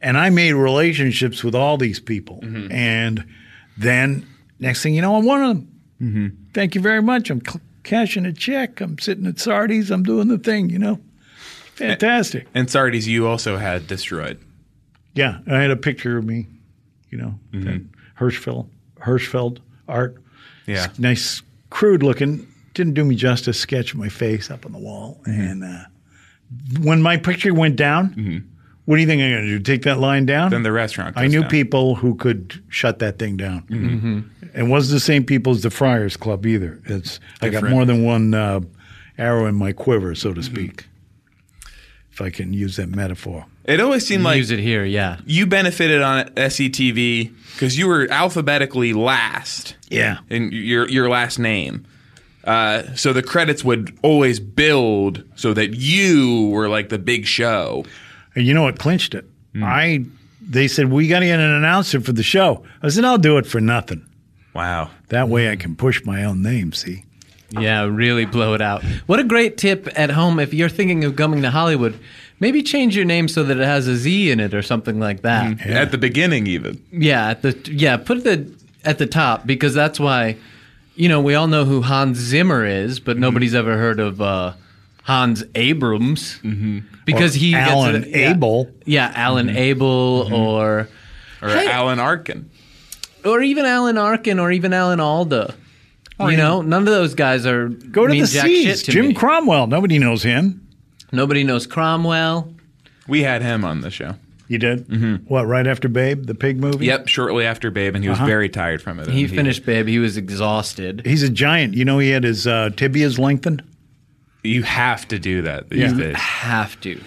[SPEAKER 4] And I made relationships with all these people. And then next thing you know, I'm one of them. Thank you very much. I'm cl- cashing a check. I'm sitting at Sardi's. I'm doing the thing, you know. Fantastic.
[SPEAKER 2] And Sardi's, you also had destroyed.
[SPEAKER 4] Yeah, and I had a picture of me, you know, that Hirschfeld, Hirschfeld art.
[SPEAKER 2] Mm-hmm. Yeah.
[SPEAKER 4] S- nice, crude looking. Didn't do me justice. Sketch of my face up on the wall,
[SPEAKER 2] Mm-hmm.
[SPEAKER 4] and uh, when my picture went down, what do you think I'm going to do? Take that line down?
[SPEAKER 2] Then the restaurant
[SPEAKER 4] I
[SPEAKER 2] goes
[SPEAKER 4] knew
[SPEAKER 2] down. Mm-hmm.
[SPEAKER 4] people who could shut that thing down, and wasn't the same people as the Friars Club either. It's I got
[SPEAKER 2] Different. Mm-hmm.
[SPEAKER 4] more than one uh, arrow in my quiver, so to speak, if I can use that metaphor.
[SPEAKER 2] It always seemed like
[SPEAKER 3] use it here, yeah.
[SPEAKER 2] you benefited on SCTV because you were alphabetically last
[SPEAKER 4] Yeah.
[SPEAKER 2] in your your last name. Uh, so the credits would always build so that you were like the big show.
[SPEAKER 4] And you know what clinched it?
[SPEAKER 3] Hmm.
[SPEAKER 4] I they said we got to get an announcer for the show. I said I'll do it for nothing.
[SPEAKER 2] Wow.
[SPEAKER 4] That way I can push my own name. See,
[SPEAKER 3] Yeah, really blow it out. What a great tip at home if you're thinking of coming to Hollywood. Maybe change your name so that it has a Z in it or something like that.
[SPEAKER 2] At the beginning, even.
[SPEAKER 3] Yeah, at the yeah, put the at the top because that's why you know, we all know who Hans Zimmer is, but nobody's ever heard of uh, Hans Abrams mm-hmm. because he gets
[SPEAKER 4] Alan
[SPEAKER 3] it- yeah.
[SPEAKER 4] Abel.
[SPEAKER 3] Yeah, Alan
[SPEAKER 4] Mm-hmm.
[SPEAKER 3] Abel or
[SPEAKER 2] Or Alan Arkin.
[SPEAKER 3] or even Alan Arkin or even Alan Alda. you know, none of those guys are
[SPEAKER 4] Oh, Go to
[SPEAKER 3] mean
[SPEAKER 4] the
[SPEAKER 3] jack
[SPEAKER 4] seas.
[SPEAKER 3] shit to
[SPEAKER 4] Jim
[SPEAKER 3] me.
[SPEAKER 4] Cromwell. Nobody knows him.
[SPEAKER 3] Nobody knows Cromwell.
[SPEAKER 2] We had him on the show.
[SPEAKER 4] You did
[SPEAKER 3] Mm-hmm.
[SPEAKER 4] what? Right after Babe, the pig movie.
[SPEAKER 2] Yep, shortly after Babe, and he was
[SPEAKER 4] Uh-huh.
[SPEAKER 2] very tired from it.
[SPEAKER 3] He
[SPEAKER 2] And
[SPEAKER 3] finished, babe. He was exhausted.
[SPEAKER 4] He's a giant. You know, he had his uh, tibias lengthened.
[SPEAKER 2] You have to do that these days.
[SPEAKER 3] Have to.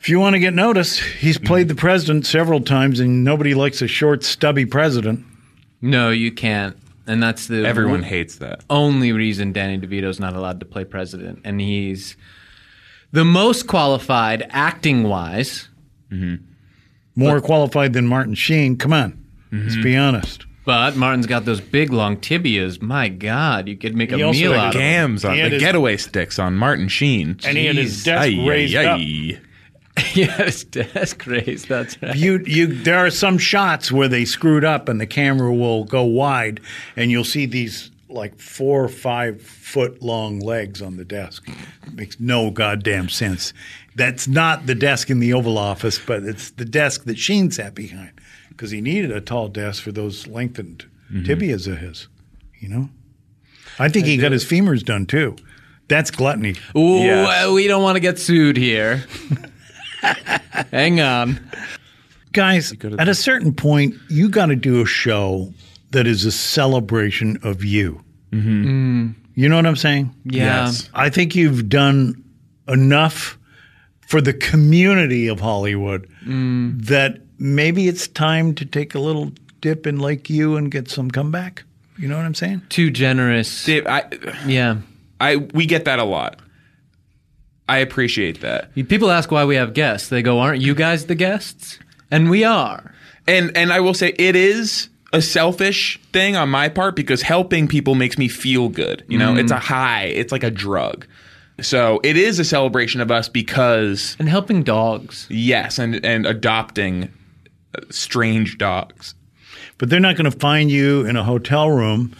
[SPEAKER 4] If you want to get noticed, he's
[SPEAKER 3] Mm-hmm.
[SPEAKER 4] played the president several times, and nobody likes a short, stubby president.
[SPEAKER 3] No, you can't. And that's the
[SPEAKER 2] Everyone hates that.
[SPEAKER 3] only reason Danny DeVito's not allowed to play president. And he's the most qualified acting wise,
[SPEAKER 4] More qualified than Martin Sheen. Come on,
[SPEAKER 3] Mm-hmm.
[SPEAKER 4] let's be honest.
[SPEAKER 3] but Martin's got those big long tibias. My God, you could make a
[SPEAKER 4] He also
[SPEAKER 3] meal
[SPEAKER 4] had
[SPEAKER 3] out of him.
[SPEAKER 2] Gams on
[SPEAKER 4] He had
[SPEAKER 2] the
[SPEAKER 4] his-
[SPEAKER 2] getaway sticks on Martin Sheen.
[SPEAKER 4] And he had his
[SPEAKER 3] Jeez.
[SPEAKER 4] desk
[SPEAKER 2] Ay,
[SPEAKER 4] raised
[SPEAKER 2] ay,
[SPEAKER 4] up.
[SPEAKER 2] ay.
[SPEAKER 3] Yes, desk race. That's right.
[SPEAKER 4] you you there are some shots where they screwed up and the camera will go wide and you'll see these like four or five foot long legs on the desk makes no goddamn sense that's not the desk in the oval office but it's the desk that sheen sat behind because he needed a tall desk for those lengthened tibias of his you know i think he got his femurs done too that's gluttony
[SPEAKER 3] Ooh,
[SPEAKER 2] Yes.
[SPEAKER 3] uh, we don't want to get sued here. Hang on.
[SPEAKER 4] guys at a certain point you got to do a show that is a celebration of you you know what i'm saying
[SPEAKER 3] Yeah.
[SPEAKER 2] Yes.
[SPEAKER 4] i think you've done enough for the community of hollywood that maybe it's time to take a little dip in lake U and get some comeback you know what i'm saying
[SPEAKER 3] Too generous.
[SPEAKER 2] Dave, I,
[SPEAKER 3] Yeah.
[SPEAKER 2] I we get that a lot. I appreciate that.
[SPEAKER 3] People ask why we have guests. They go, "Aren't you guys the guests?" And we are.
[SPEAKER 2] And and I will say it is a selfish thing on my part because helping people makes me feel good. You know, it's a high, it's like a drug. So it is a celebration of us because
[SPEAKER 3] And helping dogs.
[SPEAKER 2] yes, and and adopting uh, strange dogs.
[SPEAKER 4] but they're not going to find you in a hotel room,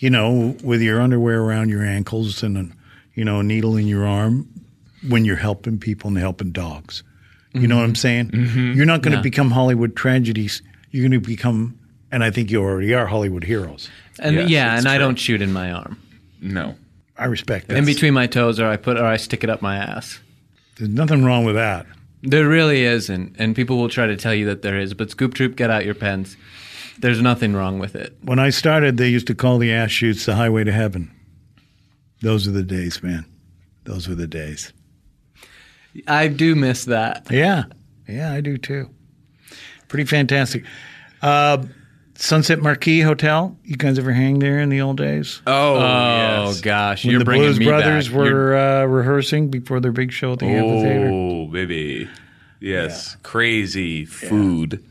[SPEAKER 4] you know, with your underwear around your ankles and a, you know a needle in your arm when you're helping people and helping dogs. You know what I'm saying? You're not going to become Hollywood tragedies. You're going to become, and I think you already are Hollywood heroes.
[SPEAKER 3] And
[SPEAKER 2] Yes,
[SPEAKER 3] yeah,
[SPEAKER 2] it's
[SPEAKER 3] and I
[SPEAKER 2] true.
[SPEAKER 3] don't shoot in my arm.
[SPEAKER 2] No.
[SPEAKER 4] I respect that.
[SPEAKER 3] In between my toes, or I put, or I stick it up my ass.
[SPEAKER 4] There's nothing wrong with that.
[SPEAKER 3] There really isn't, and people will try to tell you that there is. But Scoop Troop, get out your pens. There's nothing wrong with it.
[SPEAKER 4] When I started, they used to call the ash shoots the highway to heaven. Those are the days, man. Those were the days.
[SPEAKER 3] I do miss that.
[SPEAKER 4] Yeah, yeah, I do too. Pretty fantastic. Uh, Sunset Marquee Hotel. You guys ever hang there in the old days?
[SPEAKER 2] Oh,
[SPEAKER 3] Oh
[SPEAKER 2] yes.
[SPEAKER 3] gosh, Uh,
[SPEAKER 4] when
[SPEAKER 3] you're
[SPEAKER 4] the
[SPEAKER 3] bringing
[SPEAKER 4] Blues
[SPEAKER 3] me
[SPEAKER 4] Brothers
[SPEAKER 3] back. You're-
[SPEAKER 4] were uh, rehearsing before their big show at the amphitheater.
[SPEAKER 2] Oh, baby. Yes. Crazy food.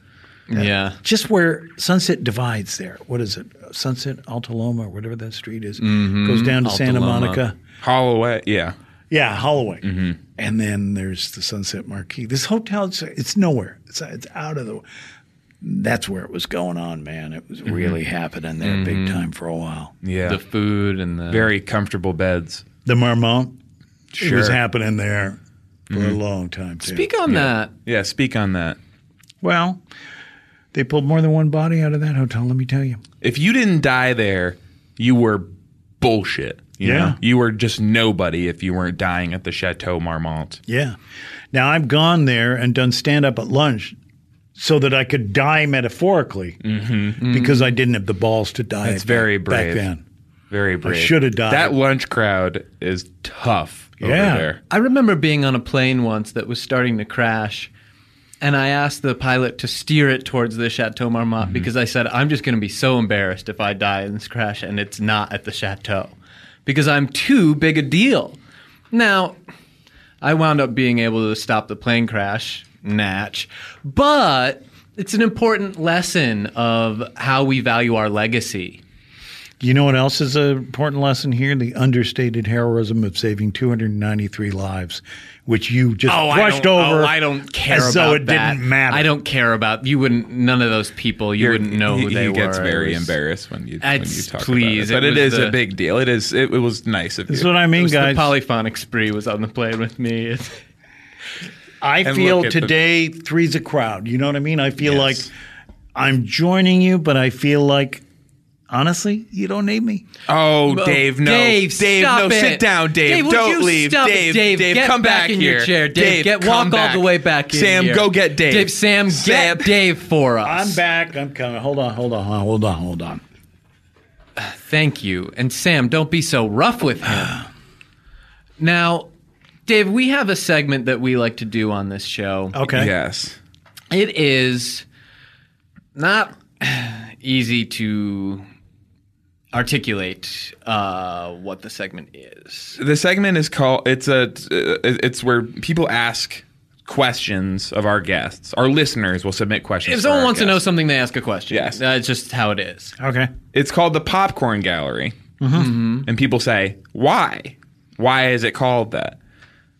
[SPEAKER 3] yeah.
[SPEAKER 4] Just where Sunset divides there. What is it? Sunset Altaloma, whatever that street is,
[SPEAKER 3] Mm-hmm.
[SPEAKER 4] goes down to Santa
[SPEAKER 3] Altaloma.
[SPEAKER 4] Monica.
[SPEAKER 2] Holloway. eh? Yeah.
[SPEAKER 4] Yeah, Holloway.
[SPEAKER 2] Mm-hmm.
[SPEAKER 4] And then there's the Sunset Marquee. This hotel, it's, it's nowhere. It's, it's out of the. That's where it was going on, man. It was really happening there big time for a while.
[SPEAKER 2] Mm-hmm. Yeah.
[SPEAKER 3] the food and the
[SPEAKER 2] Very comfortable beds.
[SPEAKER 4] The Marmont, it was
[SPEAKER 2] Sure. Mm-hmm.
[SPEAKER 4] happening there for a long time, too.
[SPEAKER 3] speak on that.
[SPEAKER 2] Yeah, speak on that.
[SPEAKER 4] well, they pulled more than one body out of that hotel, let me tell you.
[SPEAKER 2] If you didn't die there, you were bullshit. You
[SPEAKER 4] Yeah.
[SPEAKER 2] Know? You were just nobody if you weren't dying at the Chateau Marmont.
[SPEAKER 4] Yeah. Now I've gone there and done stand up at lunch so that I could die metaphorically because I didn't have the balls to die.
[SPEAKER 2] Mm-hmm. That's
[SPEAKER 4] back-
[SPEAKER 2] very
[SPEAKER 4] Back
[SPEAKER 2] brave.
[SPEAKER 4] then.
[SPEAKER 2] Very brave.
[SPEAKER 4] shoulda died.
[SPEAKER 2] That lunch crowd is tough
[SPEAKER 4] Yeah.
[SPEAKER 2] over there.
[SPEAKER 3] I remember being on a plane once that was starting to crash, and I asked the pilot to steer it towards the Chateau Marmont because I said, I'm just going to be so embarrassed if I die in this crash and it's not at the Chateau because I'm too big a deal. Now, I wound up being able to stop the plane crash, Natch, but it's an important lesson of how we value our legacy.
[SPEAKER 4] You know what else is an important lesson here? The understated heroism of saving 293 lives, which you just
[SPEAKER 3] Oh,
[SPEAKER 4] brushed
[SPEAKER 3] I don't,
[SPEAKER 4] over.
[SPEAKER 3] Oh, I don't care
[SPEAKER 4] as
[SPEAKER 3] about
[SPEAKER 4] though it
[SPEAKER 3] that.
[SPEAKER 4] didn't matter.
[SPEAKER 3] I don't care about you. Wouldn't none of those people. You
[SPEAKER 2] You're-
[SPEAKER 3] wouldn't know
[SPEAKER 2] he,
[SPEAKER 3] who they
[SPEAKER 2] he
[SPEAKER 3] were.
[SPEAKER 2] gets very
[SPEAKER 3] It was-
[SPEAKER 2] embarrassed when you when you
[SPEAKER 3] It's-
[SPEAKER 2] talk
[SPEAKER 3] please,
[SPEAKER 2] about it. But
[SPEAKER 3] it
[SPEAKER 2] it
[SPEAKER 3] was
[SPEAKER 2] is
[SPEAKER 3] the-
[SPEAKER 2] a big deal. It is. It, it was nice of you.
[SPEAKER 4] That's what I
[SPEAKER 3] It
[SPEAKER 4] mean,
[SPEAKER 3] was
[SPEAKER 4] guys.
[SPEAKER 3] the polyphonic spree was on the plane with me. It's-
[SPEAKER 4] I
[SPEAKER 2] And
[SPEAKER 4] feel
[SPEAKER 2] look at the-
[SPEAKER 4] today three's a crowd. You know what I mean? I feel
[SPEAKER 2] Yes.
[SPEAKER 4] like I'm joining you, but I feel like, honestly, you don't need me.
[SPEAKER 2] Oh, Dave, no.
[SPEAKER 3] Dave,
[SPEAKER 2] no.
[SPEAKER 3] stop it.
[SPEAKER 2] Sit down, Dave.
[SPEAKER 3] Dave, would
[SPEAKER 2] Don't
[SPEAKER 3] you
[SPEAKER 2] leave.
[SPEAKER 3] stop it,
[SPEAKER 2] Dave,
[SPEAKER 3] Dave? Get
[SPEAKER 2] come
[SPEAKER 3] back
[SPEAKER 2] back,
[SPEAKER 3] in
[SPEAKER 2] here.
[SPEAKER 3] your chair. Dave, get- walk
[SPEAKER 2] come
[SPEAKER 3] all the way back in
[SPEAKER 2] Sam,
[SPEAKER 3] here.
[SPEAKER 2] go get Dave.
[SPEAKER 3] Dave, Sam,
[SPEAKER 2] Sam.
[SPEAKER 3] get Dave for us.
[SPEAKER 4] I'm back. I'm coming. Hold on, hold on, hold on, hold on.
[SPEAKER 3] Thank you. And Sam, don't be so rough with him. now, Dave, we have a segment that we like to do on this show.
[SPEAKER 4] Okay.
[SPEAKER 2] Yes.
[SPEAKER 3] It is not easy to articulate uh, what the segment is.
[SPEAKER 2] The segment is called. It's a. It's where people ask questions of our guests. Our listeners will submit questions.
[SPEAKER 3] If
[SPEAKER 2] for
[SPEAKER 3] someone
[SPEAKER 2] our
[SPEAKER 3] wants to
[SPEAKER 2] guests.
[SPEAKER 3] know something, they ask a question.
[SPEAKER 2] Yes.
[SPEAKER 3] That's just how it is.
[SPEAKER 4] Okay.
[SPEAKER 2] It's called the Popcorn Gallery.
[SPEAKER 3] Mm-hmm.
[SPEAKER 2] And people say, why? Why is it called that?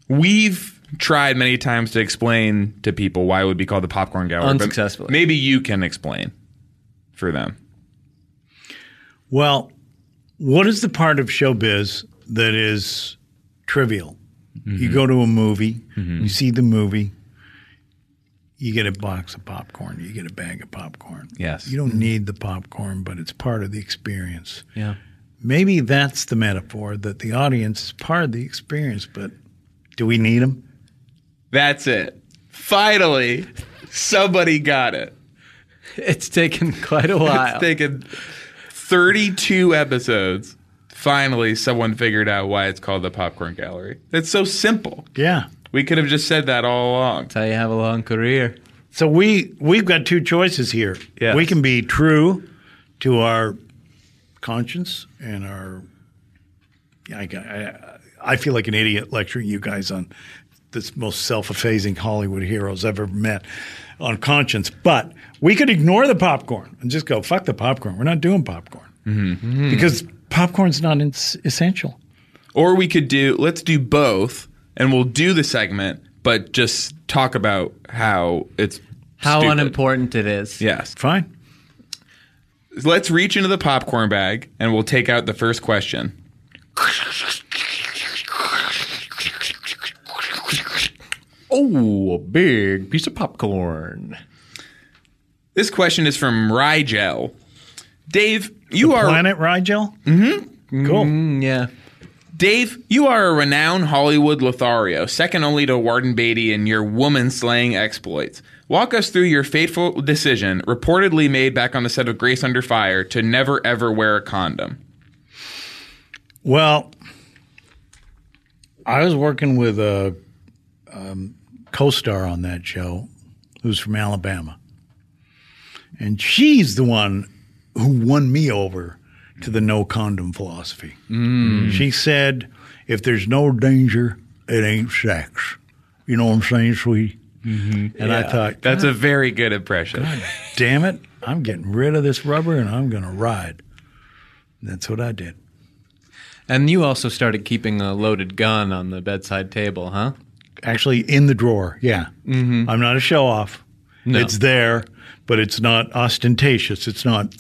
[SPEAKER 2] We've tried many times to explain to people why it would be called the Popcorn Gallery. but
[SPEAKER 3] Unsuccessfully.
[SPEAKER 2] Maybe you can explain for them.
[SPEAKER 4] Well, what is the part of showbiz that is trivial? You go to a movie, you see the movie, you get a box of popcorn, you get a bag of popcorn.
[SPEAKER 2] Yes.
[SPEAKER 4] You don't need the popcorn, but it's part of the experience.
[SPEAKER 3] Yeah.
[SPEAKER 4] Maybe that's the metaphor that the audience is part of the experience, but do we need them?
[SPEAKER 2] That's it. Finally, somebody got it.
[SPEAKER 3] It's taken quite a
[SPEAKER 2] It's
[SPEAKER 3] while.
[SPEAKER 2] taken 32 episodes. Finally, someone figured out why it's called the Popcorn Gallery. It's so simple.
[SPEAKER 4] Yeah.
[SPEAKER 2] We could have just said that all along.
[SPEAKER 3] That's how you have a long career.
[SPEAKER 4] So we we've got two choices here.
[SPEAKER 2] Yes.
[SPEAKER 4] We can be true to our conscience and our. Yeah, I, got- I, I feel like an idiot lecturing you guys on this most self-effacing Hollywood heroes I've ever met on conscience, but we could ignore the popcorn and just go fuck the popcorn. We're not doing popcorn because popcorn's not ins essential.
[SPEAKER 2] Or we could do let's do both and we'll do the segment, but just talk about how it's
[SPEAKER 3] How
[SPEAKER 2] stupid.
[SPEAKER 3] unimportant it is.
[SPEAKER 2] Yes.
[SPEAKER 4] Fine.
[SPEAKER 2] Let's reach into the popcorn bag and we'll take out the first question.
[SPEAKER 3] Oh, a big piece of popcorn.
[SPEAKER 2] This question is from Rigel. Dave, you are
[SPEAKER 4] Planet Rigel. Mm-hmm. Cool.
[SPEAKER 3] Mm, yeah.
[SPEAKER 2] Dave, you are a renowned Hollywood Lothario, second only to Warden Beatty in your woman slaying exploits. Walk us through your fateful decision, reportedly made back on the set of Grace Under Fire, to never ever wear a condom.
[SPEAKER 4] Well, I was working with a um, co-star on that show, who's from Alabama, and she's the one who won me over to the no condom philosophy. She said, "If there's no danger, it ain't sex." You know what I'm saying, sweetie? And I thought,
[SPEAKER 2] That's a very good impression.
[SPEAKER 4] damn it, I'm getting rid of this rubber and I'm going to ride. And that's what I did.
[SPEAKER 3] And you also started keeping a loaded gun on the bedside table, huh?
[SPEAKER 4] Actually, in the drawer. Yeah. I'm not a show off. It's there, but it's not ostentatious. It's not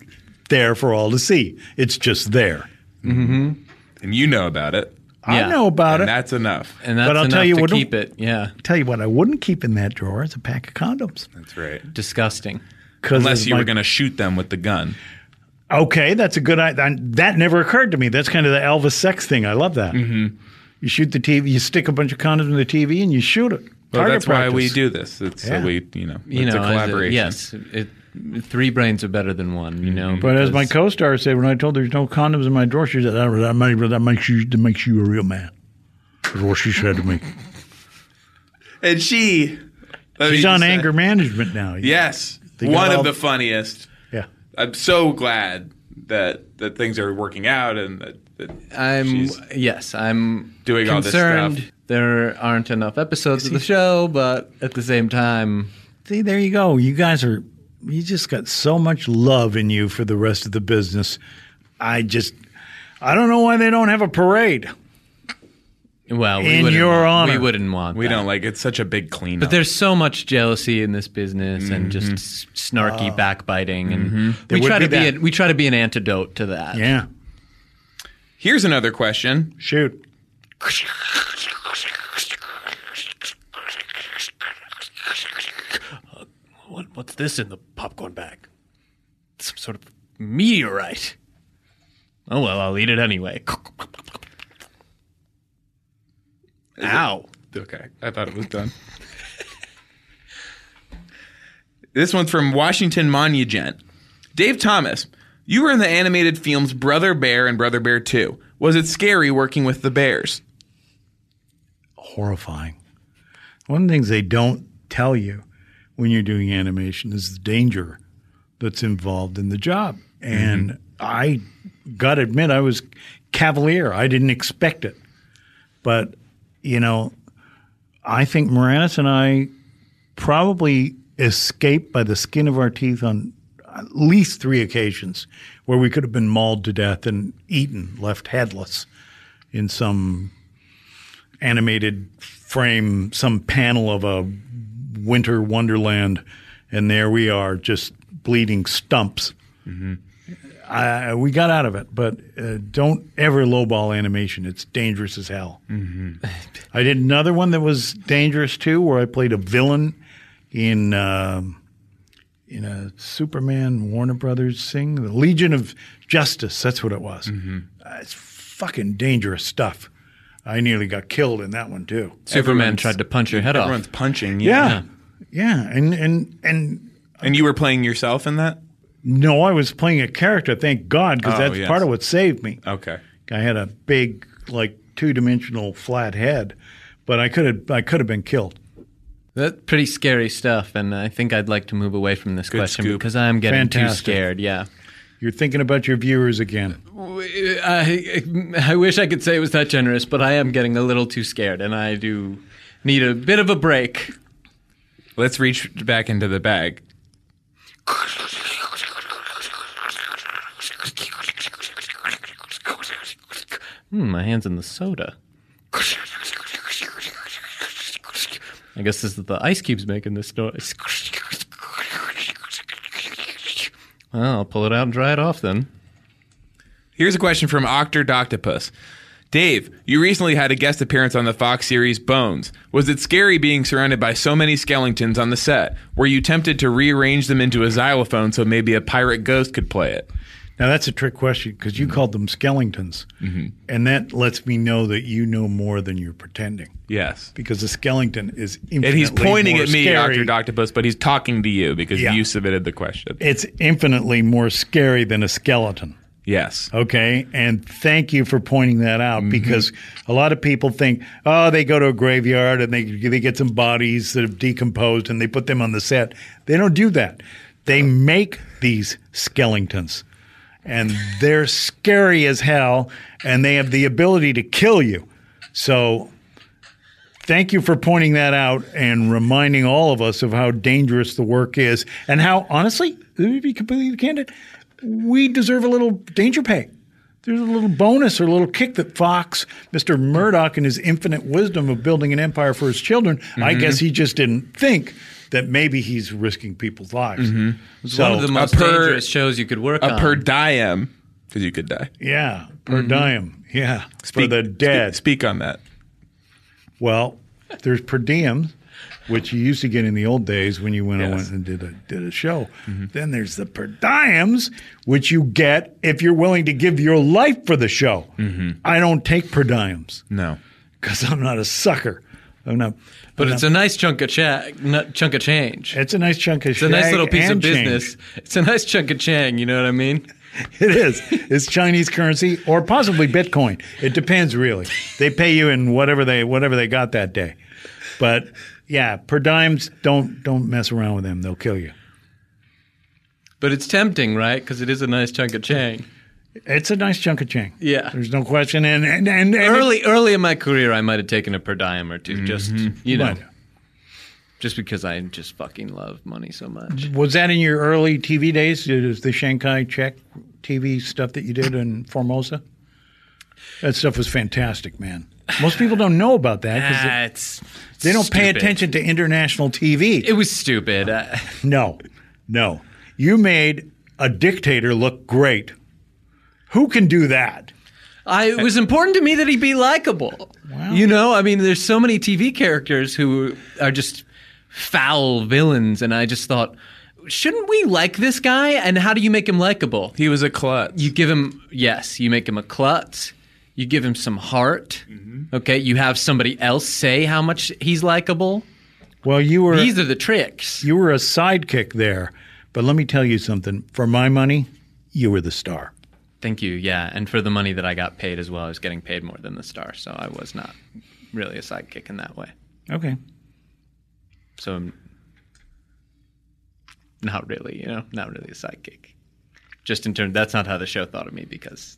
[SPEAKER 4] there for all to see. It's just there.
[SPEAKER 2] And you know about it.
[SPEAKER 3] Yeah.
[SPEAKER 4] I know about
[SPEAKER 2] And
[SPEAKER 4] it.
[SPEAKER 2] that's enough.
[SPEAKER 3] And that's
[SPEAKER 4] But I'll
[SPEAKER 3] enough
[SPEAKER 4] tell you
[SPEAKER 3] to
[SPEAKER 4] what-
[SPEAKER 3] keep it. Yeah,
[SPEAKER 4] Tell you what, I wouldn't keep in that drawer is a pack of condoms.
[SPEAKER 2] That's right.
[SPEAKER 3] disgusting.
[SPEAKER 4] 'Cause
[SPEAKER 2] Unless
[SPEAKER 4] it's
[SPEAKER 2] you were
[SPEAKER 4] like-
[SPEAKER 2] going to shoot them with the gun.
[SPEAKER 4] Okay, that's a good idea. That never occurred to me. That's kind of the Elvis sex thing. I love that. You shoot the TV, you stick a bunch of condoms in the TV and you shoot it.
[SPEAKER 2] Well,
[SPEAKER 4] Target
[SPEAKER 2] that's why we
[SPEAKER 4] practice.
[SPEAKER 2] do this. It's so
[SPEAKER 4] Yeah.
[SPEAKER 2] we, you know,
[SPEAKER 3] You
[SPEAKER 2] it's
[SPEAKER 3] know,
[SPEAKER 2] a
[SPEAKER 3] as
[SPEAKER 2] collaboration.
[SPEAKER 3] yes, it, three brains are better than one. You
[SPEAKER 2] Mm-hmm.
[SPEAKER 3] know,
[SPEAKER 4] But as my
[SPEAKER 3] because-
[SPEAKER 4] co-star said, when I told her there's no condoms in my drawer, she said, "That, that, makes, that makes you that makes you a real man." That's what she said to me.
[SPEAKER 2] And she, let me
[SPEAKER 4] She's
[SPEAKER 2] just
[SPEAKER 4] on
[SPEAKER 2] say-
[SPEAKER 4] anger management now.
[SPEAKER 2] uh, Yes,
[SPEAKER 4] They got
[SPEAKER 2] one of
[SPEAKER 4] all-
[SPEAKER 2] the funniest.
[SPEAKER 4] Yeah.
[SPEAKER 2] I'm so glad that that things are working out and that, that
[SPEAKER 3] I'm
[SPEAKER 2] she's-
[SPEAKER 3] yes, I'm
[SPEAKER 2] doing all this
[SPEAKER 3] concerned.
[SPEAKER 2] stuff.
[SPEAKER 3] There aren't enough episodes of the show, but at the same time,
[SPEAKER 4] See, there you go. You guys are. You just got so much love in you for the rest of the business. I just. I don't know why they don't have a parade.
[SPEAKER 3] well, we
[SPEAKER 4] In
[SPEAKER 3] wouldn't
[SPEAKER 4] your
[SPEAKER 3] want, we
[SPEAKER 4] honor.
[SPEAKER 3] wouldn't want.
[SPEAKER 2] we
[SPEAKER 3] that.
[SPEAKER 2] don't like it's such a big cleanup.
[SPEAKER 3] But there's so much jealousy in this business and
[SPEAKER 2] Mm-hmm.
[SPEAKER 3] just s- snarky backbiting, and we
[SPEAKER 4] Uh, would
[SPEAKER 3] try to
[SPEAKER 4] be
[SPEAKER 3] be
[SPEAKER 4] that.
[SPEAKER 3] a, we try to be an antidote to that.
[SPEAKER 4] Yeah.
[SPEAKER 2] Here's another question.
[SPEAKER 4] Shoot.
[SPEAKER 3] What, what's this in the popcorn bag? Some sort of meteorite. Oh well, I'll eat it anyway. Ow!
[SPEAKER 2] Okay, I thought it was done. this one's from Washington Monument. Dave Thomas, you were in the animated films Brother Bear and Brother Bear 2. Was it scary working with the bears?
[SPEAKER 4] horrifying. One of the things they don't tell you when you're doing animation is the danger that's involved in the job. And I got to admit, I was cavalier. I didn't expect it. But, you know, I think Moranis and I probably escaped by the skin of our teeth on at least three occasions where we could have been mauled to death and eaten, left headless in some animated frame, some panel of a winter wonderland, and there we are, just bleeding stumps. I, we got out of it, but uh, don't ever lowball animation. It's dangerous as hell. I did another one that was dangerous too, where I played a villain in um in a Superman Warner Brothers thing, the Legion of Justice. That's what it was. Uh, it's fucking dangerous stuff. I nearly got killed in that one too.
[SPEAKER 3] Superman
[SPEAKER 2] Everyone's-
[SPEAKER 3] tried to punch your head
[SPEAKER 2] Everyone's
[SPEAKER 3] off.
[SPEAKER 2] punching.
[SPEAKER 4] Yeah, yeah, and and and
[SPEAKER 2] And you were playing yourself in that?
[SPEAKER 4] no, I was playing a character. Thank God, because
[SPEAKER 2] Oh,
[SPEAKER 4] that's
[SPEAKER 2] yes.
[SPEAKER 4] part of what saved me.
[SPEAKER 2] Okay.
[SPEAKER 4] I had a big, like two dimensional flat head, but I could have I could have been killed.
[SPEAKER 3] That's pretty scary stuff, and I think I'd like to move away from this question
[SPEAKER 2] scoop.
[SPEAKER 3] because I'm getting too
[SPEAKER 4] Fantastic.
[SPEAKER 3] scared. Yeah.
[SPEAKER 4] You're thinking about your viewers again.
[SPEAKER 3] Uh, I, I wish I could say it was that generous, but I am getting a little too scared, and I do need a bit of a break.
[SPEAKER 2] Let's reach back into the bag.
[SPEAKER 3] Hmm, my hand's in the soda. I guess this is the ice cubes making this noise. Well, I'll pull it out and dry it off then.
[SPEAKER 2] Here's a question from Octor Doctopus. Dave, you recently had a guest appearance on the Fox series Bones. Was it scary being surrounded by so many skeletons on the set? Were you tempted to rearrange them into a xylophone so maybe a pirate ghost could play it?
[SPEAKER 4] Now that's a trick question because
[SPEAKER 5] Mm-hmm.
[SPEAKER 4] you called them Skellingtons, and that lets me know that you know more than you're pretending.
[SPEAKER 5] Yes.
[SPEAKER 4] Because a Skellington is infinitely
[SPEAKER 5] And he's pointing
[SPEAKER 4] more
[SPEAKER 5] at me,
[SPEAKER 4] scary.
[SPEAKER 5] Dr. Octopus, but he's talking to you because
[SPEAKER 4] Yeah.
[SPEAKER 5] you submitted the question.
[SPEAKER 4] It's infinitely more scary than a skeleton.
[SPEAKER 5] Yes.
[SPEAKER 4] Okay, and thank you for pointing that out because a lot of people think, oh, they go to a graveyard and they they get some bodies that have decomposed and they put them on the set. They don't do that. They make these skeletons, and they're scary as hell, and they have the ability to kill you. So. Thank you for pointing that out and reminding all of us of how dangerous the work is and how, honestly, let me be completely candid, we deserve a little danger pay. There's a little bonus or a little kick that Fox, Mr. Murdoch, in his infinite wisdom of building an empire for his children,
[SPEAKER 3] Mm-hmm.
[SPEAKER 4] I guess he just didn't think that maybe he's risking people's lives. So,
[SPEAKER 3] Mm-hmm. One of the most
[SPEAKER 5] per-
[SPEAKER 3] dangerous shows you could work
[SPEAKER 5] A
[SPEAKER 3] on.
[SPEAKER 5] per diem, because you could die.
[SPEAKER 4] yeah, per
[SPEAKER 3] Mm-hmm.
[SPEAKER 4] diem. Yeah, for the
[SPEAKER 5] Speak-
[SPEAKER 4] dead.
[SPEAKER 5] Speak, speak on that.
[SPEAKER 4] Well, there's per diems, which you used to get in the old days when you went and
[SPEAKER 5] Yes.
[SPEAKER 4] went and did a did a show.
[SPEAKER 3] Mm-hmm.
[SPEAKER 4] Then there's the per diems, which you get if you're willing to give your life for the show.
[SPEAKER 3] Mm-hmm.
[SPEAKER 4] I don't take per diems
[SPEAKER 5] No.
[SPEAKER 4] because I'm not a sucker. I'm not.
[SPEAKER 3] but it's a nice chunk of cha- n- chunk of change.
[SPEAKER 4] It's a nice chunk of
[SPEAKER 3] It's a nice little piece of business. It's a nice chunk of chang. You know what I mean?
[SPEAKER 4] It is. It's Chinese currency or possibly Bitcoin. It depends, really. They pay you in whatever they whatever they got that day. But yeah, per dimes. Don't don't mess around with them. They'll kill you.
[SPEAKER 3] But it's tempting, right? Because it is a nice chunk of chang.
[SPEAKER 4] It's a nice chunk of change.
[SPEAKER 3] Yeah.
[SPEAKER 4] There's no question. And and, and, and
[SPEAKER 3] Early, early in my career, I might have taken a per diem or 2
[SPEAKER 4] Mm-hmm.
[SPEAKER 3] just you know,
[SPEAKER 4] Right.
[SPEAKER 3] just because I just fucking love money so much.
[SPEAKER 4] was that in your early TV days? Is the Shanghai Czech TV stuff that you did in Formosa? That stuff was fantastic, man. Most people don't know about that because
[SPEAKER 3] Ah, it's
[SPEAKER 4] they don't pay
[SPEAKER 3] stupid.
[SPEAKER 4] attention to international TV.
[SPEAKER 3] It was stupid. Uh,
[SPEAKER 4] No, no. You made a dictator look great. Who can do that?
[SPEAKER 3] I it was important to me that he be likable. You know, I mean, there's so many TV characters who are just foul villains, and I just thought, shouldn't we like this guy? And how do you make him likable?
[SPEAKER 5] He was a klutz.
[SPEAKER 3] You give him yes, you make him a klutz. You give him some heart. Okay, you have somebody else say how much he's likable.
[SPEAKER 4] Well, you were
[SPEAKER 3] These are the tricks.
[SPEAKER 4] you were a sidekick there, but let me tell you something. For my money, you were the star.
[SPEAKER 3] Thank you. Yeah, and for the money that I got paid as well, I was getting paid more than the star, so I was not really a sidekick in that way.
[SPEAKER 4] Okay.
[SPEAKER 3] So I'm not really, you know, not really a sidekick. Just in terms, that's not how the show thought of me because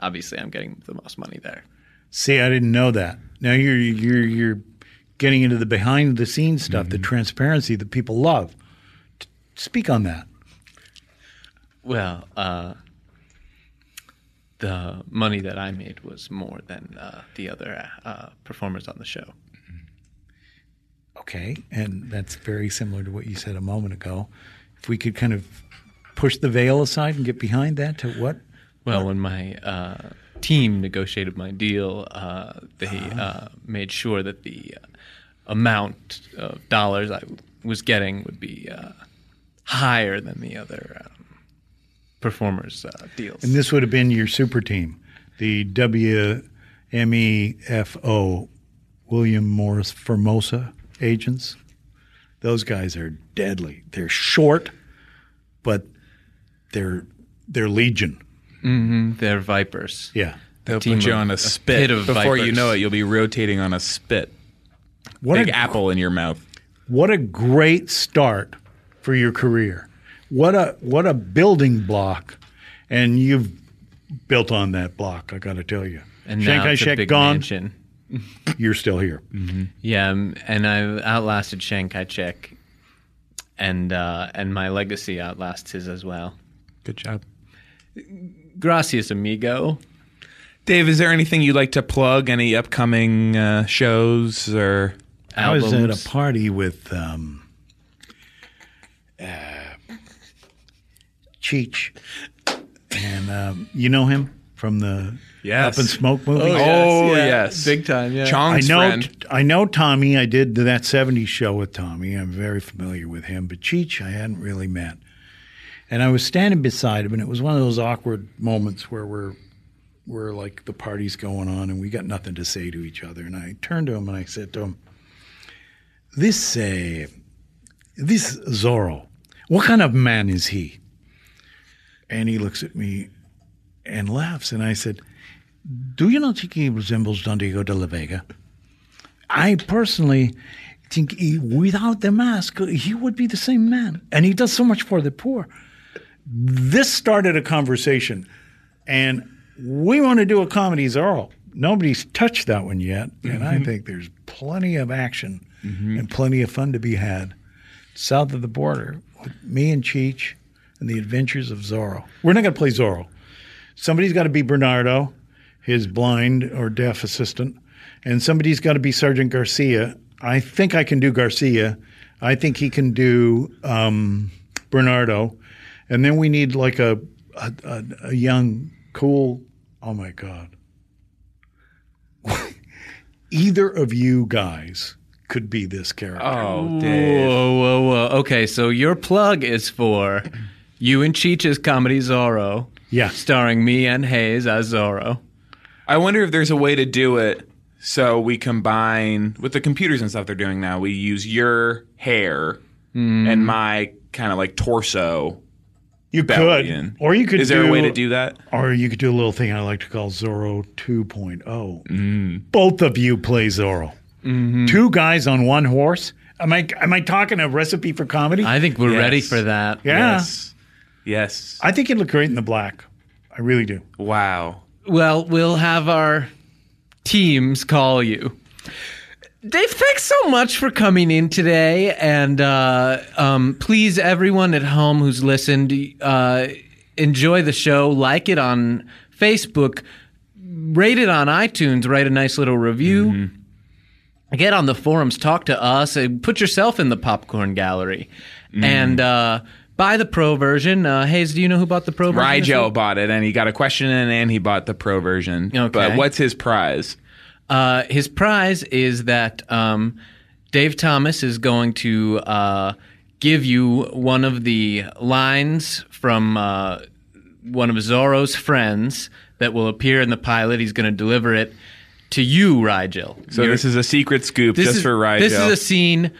[SPEAKER 3] obviously I'm getting the most money there.
[SPEAKER 4] See, I didn't know that. Now you're you're you're getting into the behind the scenes stuff, the transparency that people love. T- speak on that.
[SPEAKER 3] Well, uh, the money that I made was more than uh, the other uh, performers on the show.
[SPEAKER 4] Okay, and that's very similar to what you said a moment ago. If we could kind of push the veil aside and get behind that to what?
[SPEAKER 3] Well, when my uh, team negotiated my deal, uh, they
[SPEAKER 4] Ah.
[SPEAKER 3] uh, made sure that the uh, amount of dollars I was getting would be uh, higher than the other um, performers' uh, deals.
[SPEAKER 4] And this would have been your super team, the WMEFO, William Morris Formosa agents. Those guys are deadly. They're short, but they're they're legion.
[SPEAKER 3] They're vipers.
[SPEAKER 4] Yeah.
[SPEAKER 5] They'll
[SPEAKER 3] team
[SPEAKER 5] put you
[SPEAKER 3] of-
[SPEAKER 5] on
[SPEAKER 3] a
[SPEAKER 5] a spit.
[SPEAKER 3] pit of
[SPEAKER 5] Before you
[SPEAKER 3] vipers.
[SPEAKER 5] know it, you'll be rotating on a spit.
[SPEAKER 4] What
[SPEAKER 5] Big
[SPEAKER 4] a,
[SPEAKER 5] apple in your mouth.
[SPEAKER 4] what a great start for your career. What a what a building block, and you've built on that block. I got to tell you.
[SPEAKER 3] And
[SPEAKER 4] Chiang
[SPEAKER 3] now it's a
[SPEAKER 4] Kai-shek
[SPEAKER 3] big
[SPEAKER 4] gone.
[SPEAKER 3] mansion.
[SPEAKER 4] You're still here.
[SPEAKER 3] Yeah, um, and I outlasted Chiang Kai-shek, and uh, and my legacy outlasts his as well.
[SPEAKER 5] Good job.
[SPEAKER 3] Gracias, amigo.
[SPEAKER 5] Dave, is there anything you'd like to plug? Any upcoming uh, shows or
[SPEAKER 4] I was at
[SPEAKER 3] Albums.
[SPEAKER 4] a party with um, uh, Cheech, and um, you know him from the
[SPEAKER 5] Yes.
[SPEAKER 4] Up in Smoke movie.
[SPEAKER 5] Oh,
[SPEAKER 3] yeah.
[SPEAKER 5] yes.
[SPEAKER 3] Big time, yeah.
[SPEAKER 4] I
[SPEAKER 5] Chong's
[SPEAKER 4] know,
[SPEAKER 5] friend.
[SPEAKER 4] I know Tommy. I did that '70s show with Tommy. I'm very familiar with him, but Cheech, I hadn't really met. And I was standing beside him, and it was one of those awkward moments where we're we're like the party's going on, and we got nothing to say to each other. And I turned to him and I said to him, "This uh, this Zorro, what kind of man is he?" And he looks at me and laughs, and I said, "Do you not think he resembles Don Diego de la Vega?" I personally think he, without the mask, he would be the same man. And he does so much for the poor. This started a conversation, and we want to do a comedy Zorro. Nobody's touched that one yet, and I think there's plenty of action and plenty of fun to be had south of the border with me and Cheech and the adventures of Zorro. We're not going to play Zorro. Somebody's got to be Bernardo, his blind or deaf assistant, and somebody's got to be Sergeant Garcia. I think I can do Garcia. I think he can do um, Bernardo, and then we need like a a, a a young, cool. Oh my God! Either of you guys could be this character.
[SPEAKER 5] Oh, Dave.
[SPEAKER 3] Whoa, whoa, whoa. Okay, so your plug is for you and Cheech's comedy Zorro,
[SPEAKER 4] yeah,
[SPEAKER 3] starring me and Hayes as Zorro.
[SPEAKER 5] I wonder if there's a way to do it so we combine with the computers and stuff they're doing now. We use your hair and my kind of like torso.
[SPEAKER 4] you
[SPEAKER 5] Belgian.
[SPEAKER 4] could, or you could.
[SPEAKER 5] Is there a way to do that?
[SPEAKER 4] Or you could do a little thing I like to call Zorro 2.0.
[SPEAKER 3] Mm.
[SPEAKER 4] Both of you play Zorro.
[SPEAKER 3] Mm-hmm.
[SPEAKER 4] Two guys on one horse. Am I am I talking a recipe for comedy?
[SPEAKER 3] I think we're ready
[SPEAKER 5] Yes.
[SPEAKER 3] for that.
[SPEAKER 4] yeah.
[SPEAKER 5] Yes. Yes.
[SPEAKER 4] I think you look great in the black. I really do.
[SPEAKER 5] Wow.
[SPEAKER 3] Well, we'll have our teams call you. Dave, thanks so much for coming in today. And uh, um, please, everyone at home who's listened, uh, enjoy the show, like it on Facebook, rate it on iTunes, write a nice little review. Get on the forums, talk to us, and put yourself in the popcorn gallery. And uh, buy the pro version. Uh, Hayes, do you know who bought the pro version? this
[SPEAKER 5] Rigel
[SPEAKER 3] week?
[SPEAKER 5] bought it and he got a question in and he bought the pro version.
[SPEAKER 3] Okay.
[SPEAKER 5] But what's his prize?
[SPEAKER 3] Uh, his prize is that um, Dave Thomas is going to uh, give you one of the lines from uh, one of Zorro's friends that will appear in the pilot. He's going to deliver it to you, Rigel.
[SPEAKER 5] So this is a secret scoop
[SPEAKER 3] This
[SPEAKER 5] just
[SPEAKER 3] is-
[SPEAKER 5] for Rigel.
[SPEAKER 3] This is a scene.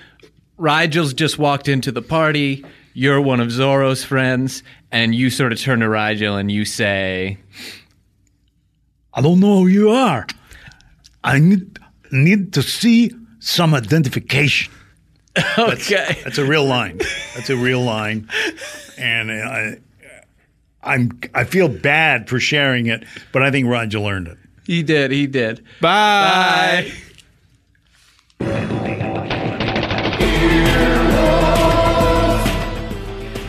[SPEAKER 3] Rigel's just walked into the party. You're one of Zorro's friends, and you sort of turn to Rigel and you say,
[SPEAKER 4] I don't know who you are. I need need to see some identification.
[SPEAKER 3] "Okay."
[SPEAKER 4] That's a real line. That's a real line. And I I'm I feel bad for sharing it, but I think Roger learned it.
[SPEAKER 3] He did. He did.
[SPEAKER 5] Bye.